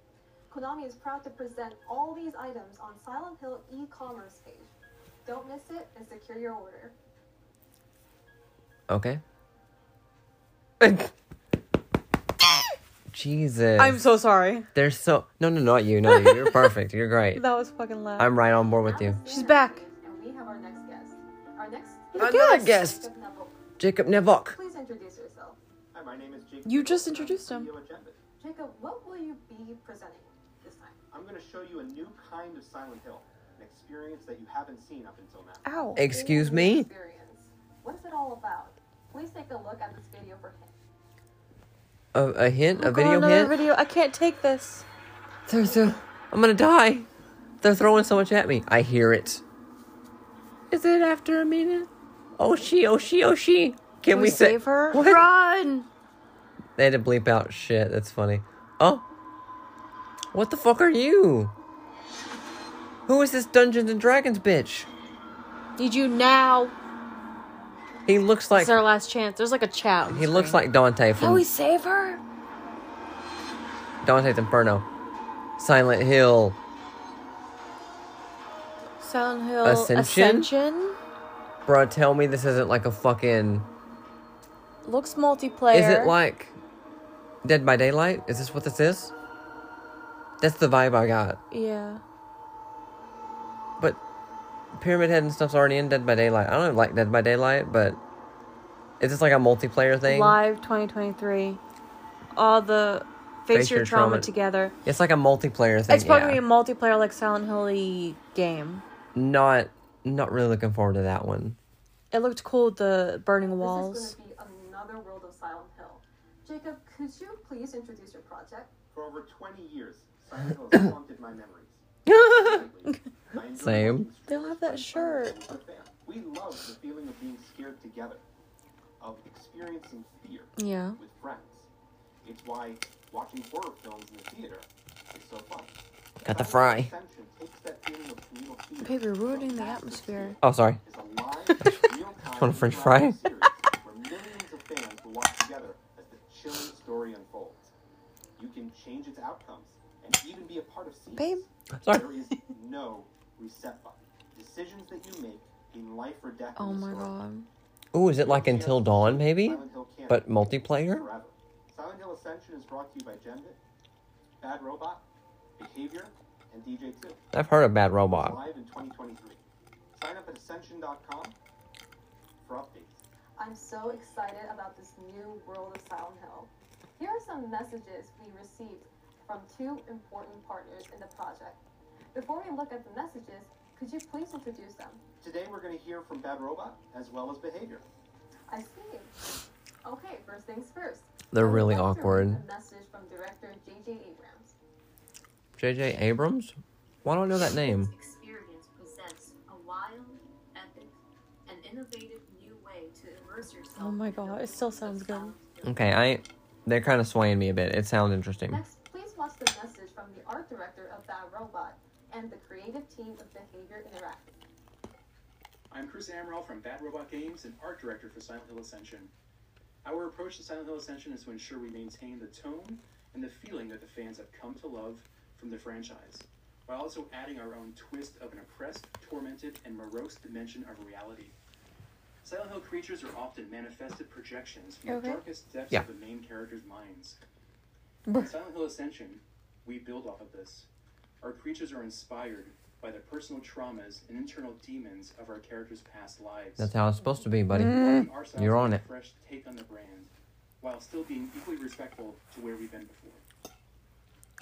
S4: Konami is proud to present all these items on Silent Hill e-commerce page. Don't miss it and secure your order.
S2: Okay. Jesus.
S1: I'm so sorry.
S2: They're so no no not you no you. you're perfect you're
S1: [LAUGHS]
S2: great.
S1: That was fucking loud.
S2: I'm right on board with you.
S1: She's back.
S4: And we have our next guest. Our next
S2: Another guest, Jacob
S4: Jacob Neville.
S2: Nevok.
S4: Please introduce yourself.
S5: Hi, my name is Jake.
S1: You just introduced him.
S4: Jacob, what will you be presenting this time?
S5: I'm going to show you a new kind of Silent Hill, an experience that you haven't seen up until now.
S1: Ow.
S2: Excuse
S4: This
S2: me?
S4: experience. What is it all about? Please take a look at this video for hints.
S2: A, a hint, a
S1: Oh,
S2: video
S1: another
S2: hint.
S1: video. I can't take this.
S2: They're so, I'm gonna die. They're throwing so much at me. I hear it. Is it after a minute? Oh she, oh she, oh she. Can,
S1: Can
S2: we,
S1: we
S2: sa-
S1: save her?
S2: What?
S1: Run!
S2: They had to bleep out shit. That's funny. Oh, what the fuck are you? Who is this Dungeons and Dragons bitch?
S1: Need you now.
S2: He looks like
S1: it's our last chance. There's like a chat.
S2: he looks like Dante
S1: Can
S2: from
S1: we save her?
S2: Dante's Inferno, Silent Hill.
S1: Silent Hill
S2: Ascension?
S1: Ascension?
S2: Bruh, tell me this isn't like a fucking.
S1: Looks multiplayer.
S2: Is it like Dead by Daylight? Is this what this is? That's the vibe I got.
S1: Yeah.
S2: But Pyramid Head and stuff's already in Dead by Daylight. I don't like Dead by Daylight, but is this like a multiplayer thing?
S1: Live 2023. All the face, your, trauma, together.
S2: It's like a multiplayer thing.
S1: It's probably
S2: yeah.
S1: gonna be a multiplayer like Silent Hill game.
S2: not not really looking forward to that one.
S1: It looked cool with the burning
S4: This is
S1: walls.
S4: going to be another world of Silent Hill. Jacob, could you please introduce your project?
S5: For over 20 years, Silent Hill has haunted my memories.
S1: [LAUGHS]
S5: I enjoy
S2: Same.
S1: They'll have that shirt.
S5: watching the fan. We love the feeling of being scared together, of experiencing fear
S1: Yeah.
S5: with friends. It's why watching horror films in the theater is so fun.
S2: Got the fry.
S5: Ascension takes that feeling of communal fear
S1: Babe, you're ruining the atmosphere.
S2: Oh, sorry.
S5: is a live, real-time
S2: Want a French
S5: interactive
S2: fry? [LAUGHS]
S5: series where millions of fans will watch together as the chilling story unfolds. You can change its outcomes and even be a part of scenes.
S1: Babe.
S2: Sorry.
S5: There is no reset button. Decisions that you make in life or death.
S1: Oh my god.
S2: Ooh, is it like Until Dawn maybe,
S5: Silent Hill canon
S2: but multiplayer?
S5: forever. Silent Hill Ascension is brought to you by Genbit, Bad Robot, Behavior, and DJ2.
S2: I've heard of Bad Robot.
S5: Live in 2023. Sign up at ascension.com for updates.
S4: I'm so excited about this new world of Silent Hill. Here are some messages we received from two important partners in the project. Before we look at the messages, could you please introduce them?
S5: Today we're going to hear from Bad Robot as well as Behavior.
S4: I see. Okay, first things first.
S2: They're
S4: I would
S2: really
S4: like to
S2: awkward.
S4: read A message from director J.J. Abrams.
S2: J.J. Abrams. Why don't I know that name?
S12: experience presents a wild, epic, and innovative new way to immerse yourself.
S1: Oh my
S12: in the
S1: god. It
S12: world
S1: still
S12: of
S1: sounds good.
S2: Okay, I. They're kind of swaying me a bit. It sounds interesting.
S4: Next, please watch the message from the art director of Bad Robot and the creative team of Behavior Interactive.
S13: I'm Chris Amaral from Bad Robot Games and art director for Silent Hill Ascension. Our approach to Silent Hill Ascension is to ensure we maintain the tone and the feeling that the fans have come to love from the franchise, while also adding our own twist of an oppressed, tormented, and morose dimension of reality. Silent Hill creatures are often manifested projections from
S1: Okay.
S13: the darkest depths
S2: Yeah.
S13: of the main characters' minds.
S1: [LAUGHS] Bruh.
S13: In Silent Hill Ascension, we build off of this. Our creatures are inspired by the personal traumas and internal demons of our characters' past lives.
S2: That's how it's supposed to be, buddy.
S1: Mm.
S13: Offering ourselves
S2: Mm. You're on
S13: a
S2: it.
S13: Fresh take on the brand, while still being equally respectful to where we've been before.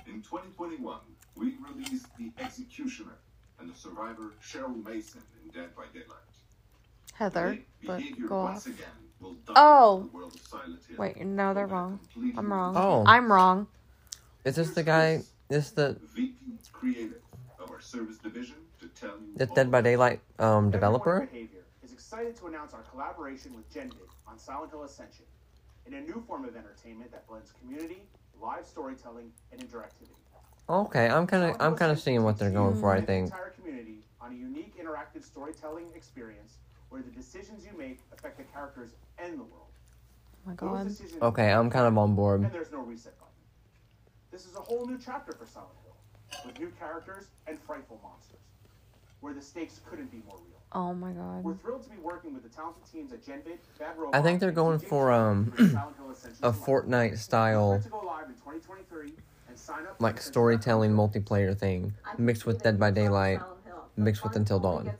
S10: In 2021, we released The Executioner and the survivor Cheryl Mason in Dead by Daylight.
S1: Heather, but
S10: Behavior
S1: go
S10: once
S1: off.
S10: again will dominate
S1: Oh!
S10: the world of Silent Hill.
S1: Wait, no, they're wrong. I'm wrong.
S2: Oh.
S1: I'm wrong.
S2: Is this the guy? Is the
S10: VP creative of our service division to tell you
S2: the Dead by Daylight um
S14: Everyone
S2: developer?
S14: at Behavior is excited to announce our collaboration with Genvid on Silent Hill Ascension, in a new form of entertainment that blends community, live storytelling, and interactivity.
S2: Okay, I'm kind of I'm kind of seeing what they're going for. I
S14: The
S2: think.
S14: entire community on a unique interactive storytelling experience where the decisions you make affect the characters and the world.
S1: Oh my god.
S2: Okay, I'm kind of on board.
S14: And there's no reset button. This is a whole new chapter for Silent Hill, with new characters and frightful monsters, where the stakes couldn't be more real.
S1: Oh my
S14: We're
S1: god.
S14: thrilled to be working with the talented teams at Genvid, Bad Robot,
S2: I think they're
S14: and
S2: going
S14: TJ
S2: for um
S14: for Silent Hill Ascension
S2: a
S14: Select.
S2: Fortnite
S14: Prepare
S2: style
S14: to go live in 2023 and sign up for
S2: like
S14: Ascension
S2: storytelling multiplayer thing mixed with Dead by Daylight, mixed with Until Dawn.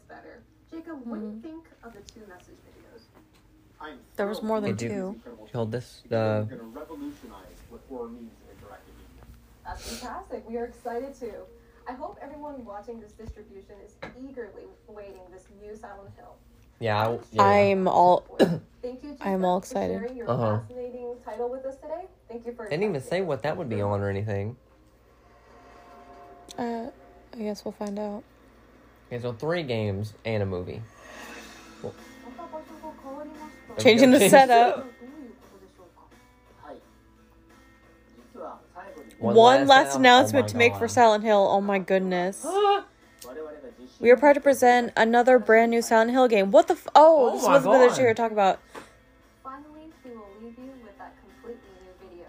S4: Jacob, what do you think of the two message videos?
S5: I'm
S1: There was
S5: thrilled
S1: more
S5: to
S1: than
S5: see these
S1: two.
S5: incredible
S2: Killed this uh,
S5: because
S2: the
S5: they're going to revolutionize what horror means in interactive media.
S4: That's fantastic. We are excited too. I hope everyone watching this distribution is eagerly waiting this new Silent Hill.
S2: yeah, I, yeah.
S1: I'm all
S4: Thank you, Jacob,
S1: I'm all
S4: for sharing
S1: excited.
S4: your
S2: Uh-huh.
S4: fascinating title with us today. Thank you for.
S2: They didn't even say what that would be on or anything.
S1: Uh I guess we'll find out.
S2: Okay, so three games and a movie. Cool.
S1: Changing the setup.
S5: 実は最後に
S1: One,
S2: One
S1: last,
S2: last
S1: announcement
S2: annou- oh
S1: to
S2: my
S1: make for
S2: God.
S1: Silent Hill. Oh
S2: [GASPS]
S1: my goodness.
S5: 我々が実施
S1: We are proud to present another brand new Silent Hill game. What the f- Oh,
S2: Oh
S1: this
S2: my
S1: was what
S2: God.
S1: they were talking about.
S4: Finally, we will leave you with that completely new video.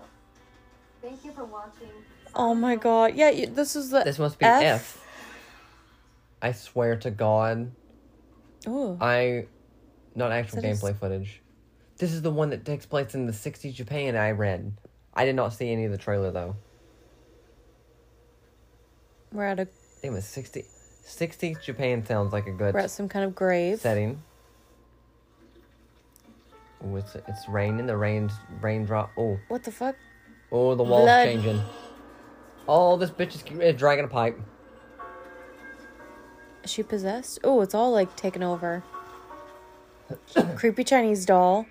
S4: Thank you for watching.
S1: Oh my god. Yeah, you, this is the
S2: This must be F. I swear to God,
S1: Ooh.
S2: I not actual
S1: Is that a
S2: gameplay footage. This is the one that takes place in the '60s Japan. I read. I did not see any of the trailer though.
S1: We're at a
S2: I think it was 60, 60s Japan sounds like a good
S1: we're at some kind of grave.
S2: setting. Ooh, it's it's raining. The rain raindrop. Oh
S1: What the fuck?
S2: oh, the wall's
S1: Blood.
S2: changing. Oh, this bitch is eh, dragging a pipe.
S1: Is she possessed? Oh, it's all like taken
S2: [COUGHS]
S1: over. Creepy Chinese doll.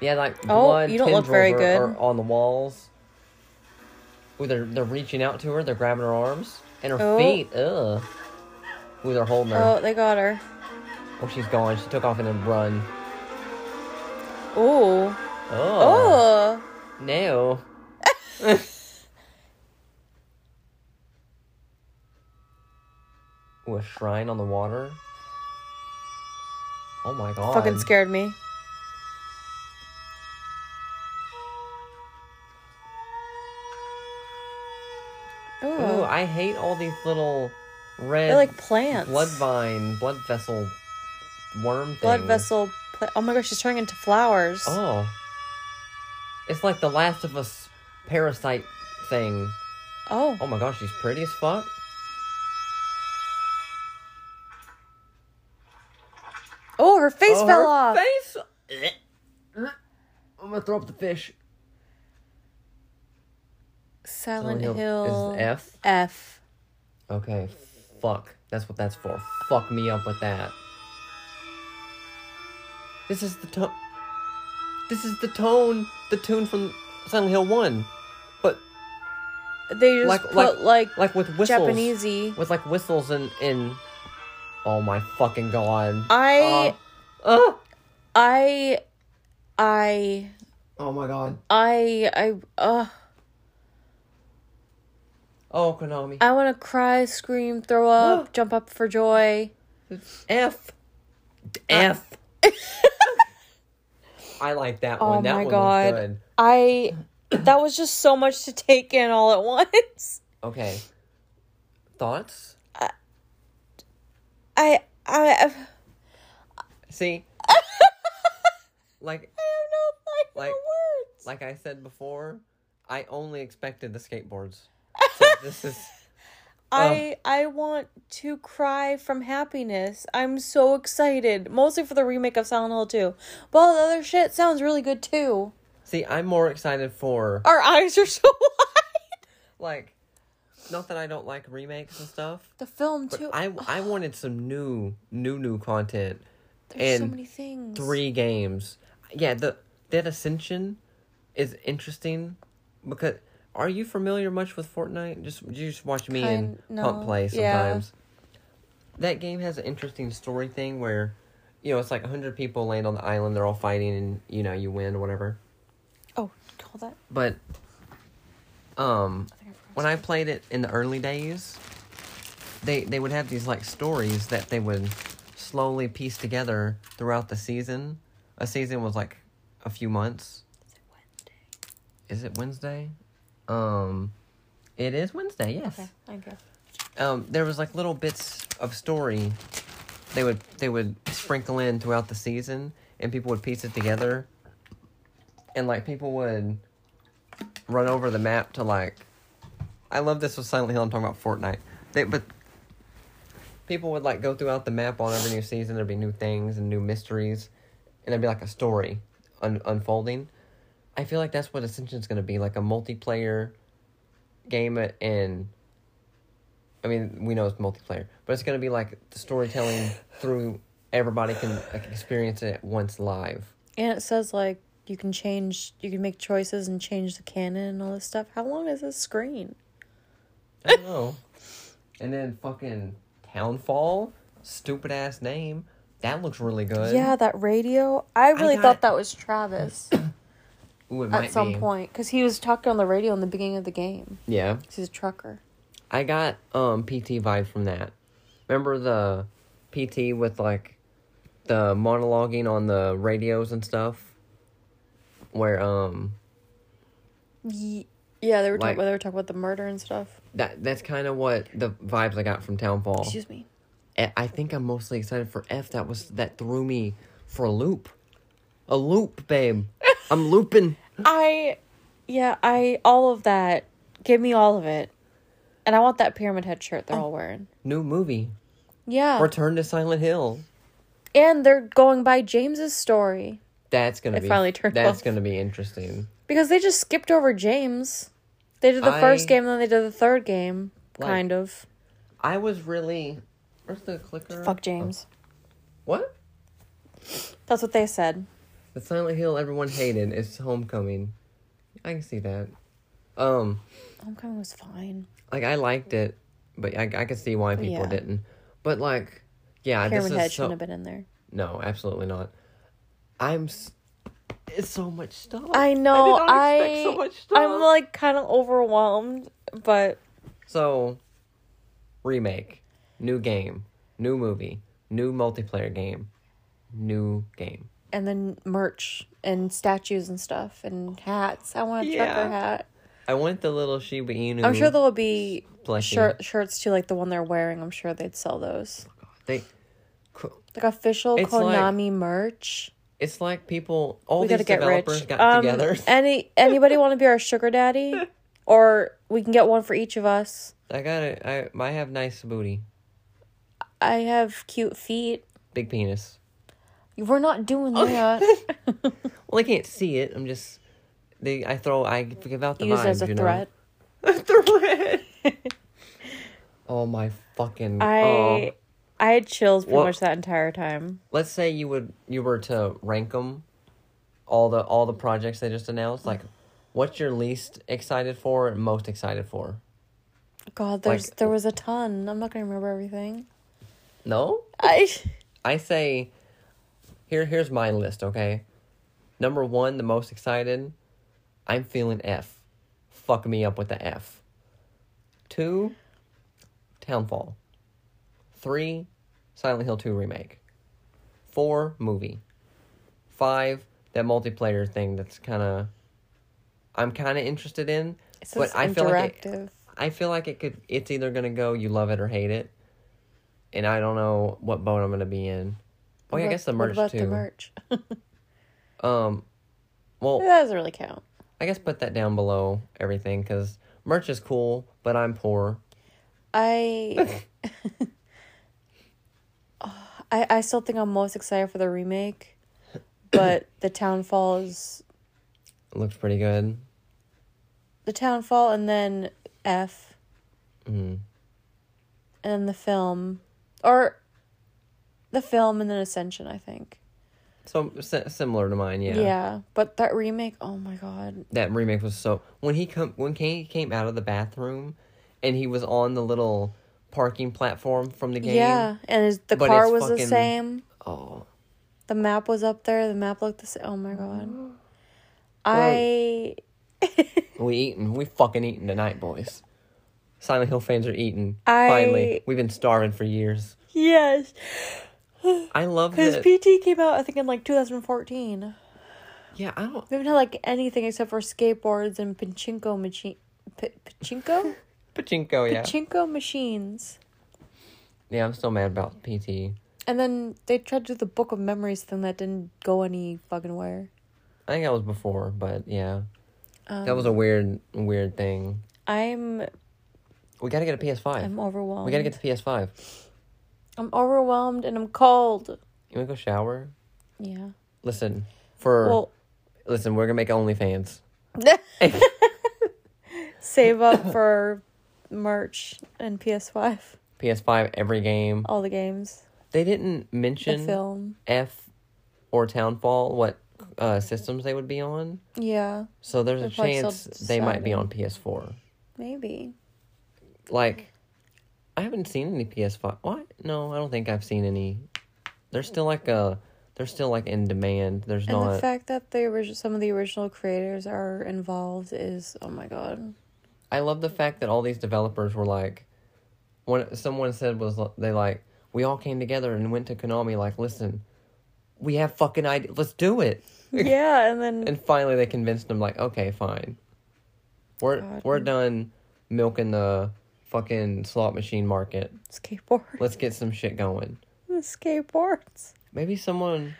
S2: Yeah, like
S1: Oh,
S2: blood
S1: you don't look
S2: tendrils
S1: very
S2: are,
S1: good.
S2: are on the walls. Ooh, they're they're reaching out to her. They're grabbing her arms and her
S1: Oh.
S2: feet. Ugh. Ooh, they're holding
S1: Oh,
S2: her.
S1: they got her.
S2: Oh. she's gone. She took off in a run.
S1: Ooh.
S2: Oh.
S1: Oh.
S2: [LAUGHS] No. Ooh, a shrine on the water. Oh my god.
S1: Fucking scared me.
S2: Ooh,
S1: Ooh.
S2: I hate all these little red.
S1: They're like plants.
S2: Blood vine, blood vessel, worm thing.
S1: Blood vessel. Pla- oh my gosh, she's turning into flowers.
S2: Oh. It's like the Last of Us parasite thing.
S1: Oh.
S2: Oh my gosh, she's pretty as fuck.
S1: Oh, her face
S2: Oh,
S1: fell
S2: her
S1: off.
S2: Face. [CLEARS THROAT] Eh. Eh. I'm gonna throw up the fish.
S1: Silent,
S2: Silent Hill
S1: Hill.
S2: is F?
S1: F.
S2: Okay, fuck. That's what that's for. Fuck me up with that. This is the tone. This is the tone, the tune from Silent Hill One, but
S1: They just
S2: like
S1: put
S2: like
S1: like,
S2: like with whistles,
S1: Japanesey.
S2: with like whistles and and. Oh my fucking god!
S1: I-
S2: Uh, uh,
S1: I, I,
S2: oh my god!
S1: I, I. Uh,
S2: Oh Konami.
S1: I want to cry, scream,
S2: [GASPS]
S1: throw up, jump up for joy.
S2: F.
S1: uh, [LAUGHS]
S2: F. I like that
S1: Oh
S2: one. That
S1: my
S2: one
S1: god.
S2: was good.
S1: I. That was just so much to take in all at once. [LAUGHS]
S2: Okay. Thoughts?
S1: I. I. I
S2: See, like
S1: have no like,
S2: Like-
S1: words.
S2: like I said before, I only expected the skateboards. So this is Oh.
S1: I I want to cry from happiness. I'm so excited, mostly for the remake of Silent Hill 2. But all the other shit sounds really good too.
S2: see. I'm more excited for
S1: Our eyes are [LAUGHS] so wide.
S2: like, not that I don't like remakes and stuff,
S1: The film
S2: but
S1: too. Oh,
S2: I I wanted some new new new content.
S1: There's so
S2: and
S1: many things.
S2: three games. Yeah, the that ascension is interesting because are you familiar much with Fortnite? Just you just watch me
S1: Kind-
S2: and Pump
S1: no,
S2: play
S1: yeah.
S2: sometimes. That game has an interesting story thing where, you know, it's like hundred people land on the island. They're all fighting, and you know, you win or whatever.
S1: Oh, call that.
S2: But, um,
S1: I think I forgot
S2: when I played it in the early days, they they would have these like stories that they would slowly piece together throughout the season. A season was like a few months. Is it Wednesday? Um, It is Wednesday, yes.
S1: Okay, thank you.
S2: um, there was like little bits of story they would they would sprinkle in throughout the season and people would piece it together and like people would run over the map to like I love this with Silent Hill I'm talking about Fortnite. They but people would like go throughout the map on every new season there'd be new things and new mysteries and there'd be like a story un- unfolding. I feel like that's what Ascension's going to be like a multiplayer game and I mean, we know it's multiplayer, but it's going to be like the storytelling through everybody can like, experience it once live.
S1: And it says like you can change, you can make choices and change the canon and all this stuff. How long is this screen?
S2: I don't know. and then fucking Townfall, stupid ass name. That looks really good.
S1: Yeah, that radio. I really
S2: got-
S1: thought that was Travis
S2: Ooh, it [CLEARS THROAT]
S1: at
S2: might
S1: some
S2: be.
S1: point because he was talking on the radio in the beginning of the game.
S2: Yeah.
S1: He's a trucker.
S2: I got um PT vibe from that. Remember the PT with like the monologuing on the radios and stuff where um
S1: Ye- yeah, they were
S2: Like-
S1: talking. They were talking about the murder and stuff.
S2: that that's kind of what the vibes I got from Townfall.
S1: Excuse me.
S2: I I think I'm mostly excited for F. That was that threw me for a loop, a loop, babe. I'm looping.
S1: I, yeah, I all of that. Give me all of it, and I want that pyramid head shirt they're all wearing.
S2: New movie.
S1: Oh. Yeah,
S2: Return to Silent Hill.
S1: and they're going by James's story
S2: That's gonna
S1: It
S2: be
S1: finally turned
S2: That's
S1: off.
S2: gonna be interesting.
S1: because they just skipped over James. They did the
S2: I-
S1: first game, then they did the third game,
S2: Like-
S1: kind of.
S2: I was really. Where's the clicker?
S1: Fuck James.
S2: oh. What?
S1: That's what they said.
S2: The Silent Hill everyone hated is Homecoming. I can see that. Um,
S1: Homecoming was fine.
S2: like I liked it, but I I could see why people
S1: Yeah.
S2: didn't. But like, yeah,
S1: pyramid
S2: this is
S1: head
S2: so-
S1: shouldn't have been in there.
S2: No, absolutely not. I'm. S- it's so much stuff.
S1: I know.
S2: did not
S1: I,
S2: expect so much stuff.
S1: I'm like kind of overwhelmed, but
S2: So, remake, new game, new movie, new multiplayer game, new game.
S1: and then merch and statues and stuff and hats. I want a
S2: Yeah.
S1: trucker hat.
S2: I want the little Shiba Inu.
S1: I'm sure there will be
S2: Plushie.
S1: shirt, shirts too, like the one they're wearing. I'm sure they'd sell those.
S2: They,
S1: Like official
S2: It's like-
S1: Konami merch.
S2: it's like people. All
S1: we
S2: these
S1: gotta get
S2: developers
S1: rich.
S2: got
S1: um,
S2: together.
S1: [LAUGHS]
S2: [LAUGHS]
S1: any anybody want to be our sugar daddy, or we can get one for each of us.
S2: I got to I I have nice booty,
S1: I have cute feet.
S2: big penis.
S1: We're not
S2: [LAUGHS]
S1: doing that.
S2: Well, I can't see it. I'm just. They, I throw. I give out the
S1: Used
S2: vibes,
S1: as a
S2: you know?
S1: threat.
S2: Oh my fucking!
S1: I
S2: oh.
S1: I had chills pretty
S2: What-
S1: much that entire time.
S2: let's say you would you were to rank them all the all the projects they just announced like what's your least excited for and most excited for
S1: God, there's there was a ton. I'm not gonna remember
S2: [LAUGHS]
S1: everything.
S2: no
S1: I [LAUGHS]
S2: i say here here's my list okay number one the most excited i'm feeling f fuck me up with the f two townfall three silent hill 2 remake four movie five that multiplayer thing that's kind of i'm kind of interested in
S1: It says
S2: but i feel like it,
S1: interactive.
S2: i feel like it could it's either gonna go you love it or hate it and i don't know what boat i'm gonna be in oh yeah i
S1: What-
S2: guess the
S1: what
S2: merch
S1: about
S2: too
S1: The merch. [LAUGHS]
S2: um well
S1: That doesn't really count.
S2: i guess put that down below everything because merch is cool but i'm poor
S1: I
S2: [LAUGHS]
S1: I I still think I'm most excited for the remake,
S2: [COUGHS]
S1: but the Townfall is
S2: it looks pretty good
S1: the Townfall, and then F,
S2: mm.
S1: and then the film, or the film, and then Ascension. I think.
S2: so si- similar to mine yeah
S1: yeah, but that remake. Oh my god.
S2: that remake was so when he come when he came out of the bathroom and he was on the little parking platform from the game
S1: Yeah, and his, the
S2: but
S1: car
S2: it's
S1: was the
S2: fucking-
S1: same.
S2: oh
S1: The map was up there. The map looked the same. Oh my god. I
S2: we eating we fucking eating tonight boys silent hill fans are eating
S1: I-
S2: finally we've been starving for years
S1: yes,
S2: i love
S1: because
S2: this
S1: PT came out I think in like 2014.
S2: yeah i don't
S1: We haven't had like anything except for skateboards and pachinko machi- P- pachinko?
S2: Pachinko, [LAUGHS] yeah.
S1: Pachinko machines.
S2: Yeah, I'm still mad about PT.
S1: And then they tried to do the Book of Memories thing that didn't go any fucking where.
S2: I think that was before, but yeah. that
S1: Um,
S2: was a weird, weird thing.
S1: I'm
S2: We gotta get a PS5.
S1: I'm overwhelmed.
S2: We gotta get the PS5.
S1: I'm overwhelmed and I'm cold.
S2: You wanna go shower?
S1: Yeah.
S2: Listen, for.
S1: Well- [LAUGHS]
S2: listen, we're gonna make OnlyFans. [COUGHS]
S1: Save up for merch and PS5,
S2: PS5, every game.
S1: all the games,
S2: They didn't
S1: Oh. the
S2: mention
S1: film.
S2: F or Townfall, what uh, systems they would be on.
S1: Yeah,
S2: So there's
S1: They're
S2: a
S1: probably still
S2: chance they might be
S1: deciding.
S2: on PS4.
S1: maybe.
S2: Like, I haven't seen any PS5. What? No, I don't think I've seen any. They're still like a. They're still like in demand. There's
S1: And
S2: not.
S1: the fact that the orig- some of the original creators are involved is oh my [LAUGHS] god.
S2: I love the fact that all these developers were like, when someone said was li- they like we all came together and went to Konami like listen, we have fucking idea. Let's do it.
S1: Yeah, and then
S2: And finally, they convinced them like, okay, fine, we're
S1: God.
S2: we're done milking the fucking slot machine market.
S1: Skateboard. [LAUGHS]
S2: Let's get some shit going.
S1: the skateboards.
S2: Maybe someone,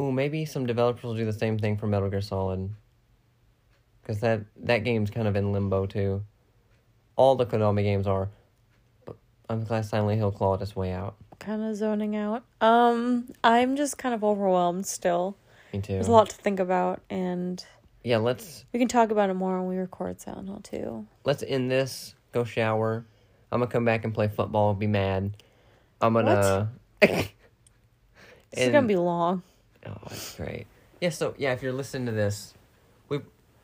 S2: ooh, maybe some developers will do the same thing for Metal Gear Solid. Because that, that game's kind of in limbo too. All the Konami games are. But I'm glad Silent Hill clawed its way out.
S1: Kind of zoning out. Um, I'm just kind of overwhelmed still.
S2: Me too.
S1: There's a lot to think about, and
S2: Yeah, let's
S1: we can talk about it more when we record Silent Hill too.
S2: let's end this. Go shower. I'm gonna come back and play football. Be mad. uh, I'm gonna. [LAUGHS]
S1: This is gonna be long.
S2: Oh, that's great. Yeah, so yeah, if you're listening to this, we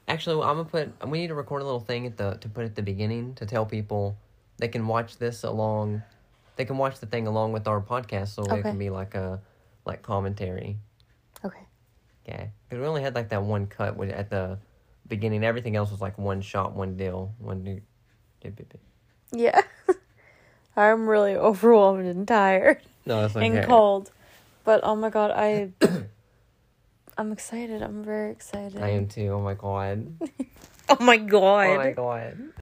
S2: actually I'm gonna put we need to record a little thing at the to put at the beginning to tell people they can watch this along. They can watch the thing along with our podcast, so
S1: Okay.
S2: it can be like a like commentary.
S1: Okay.
S2: Yeah, because we only had like that one cut with- at the beginning. Everything else was like one shot, one deal, one new.
S1: Yeah. [LAUGHS] I'm really overwhelmed and tired.
S2: No, that's
S1: And
S2: okay.
S1: cold. But oh my god, I [COUGHS] I'm excited. I'm very excited.
S2: I am too. Oh my god.
S1: Oh my god.
S2: Oh my god.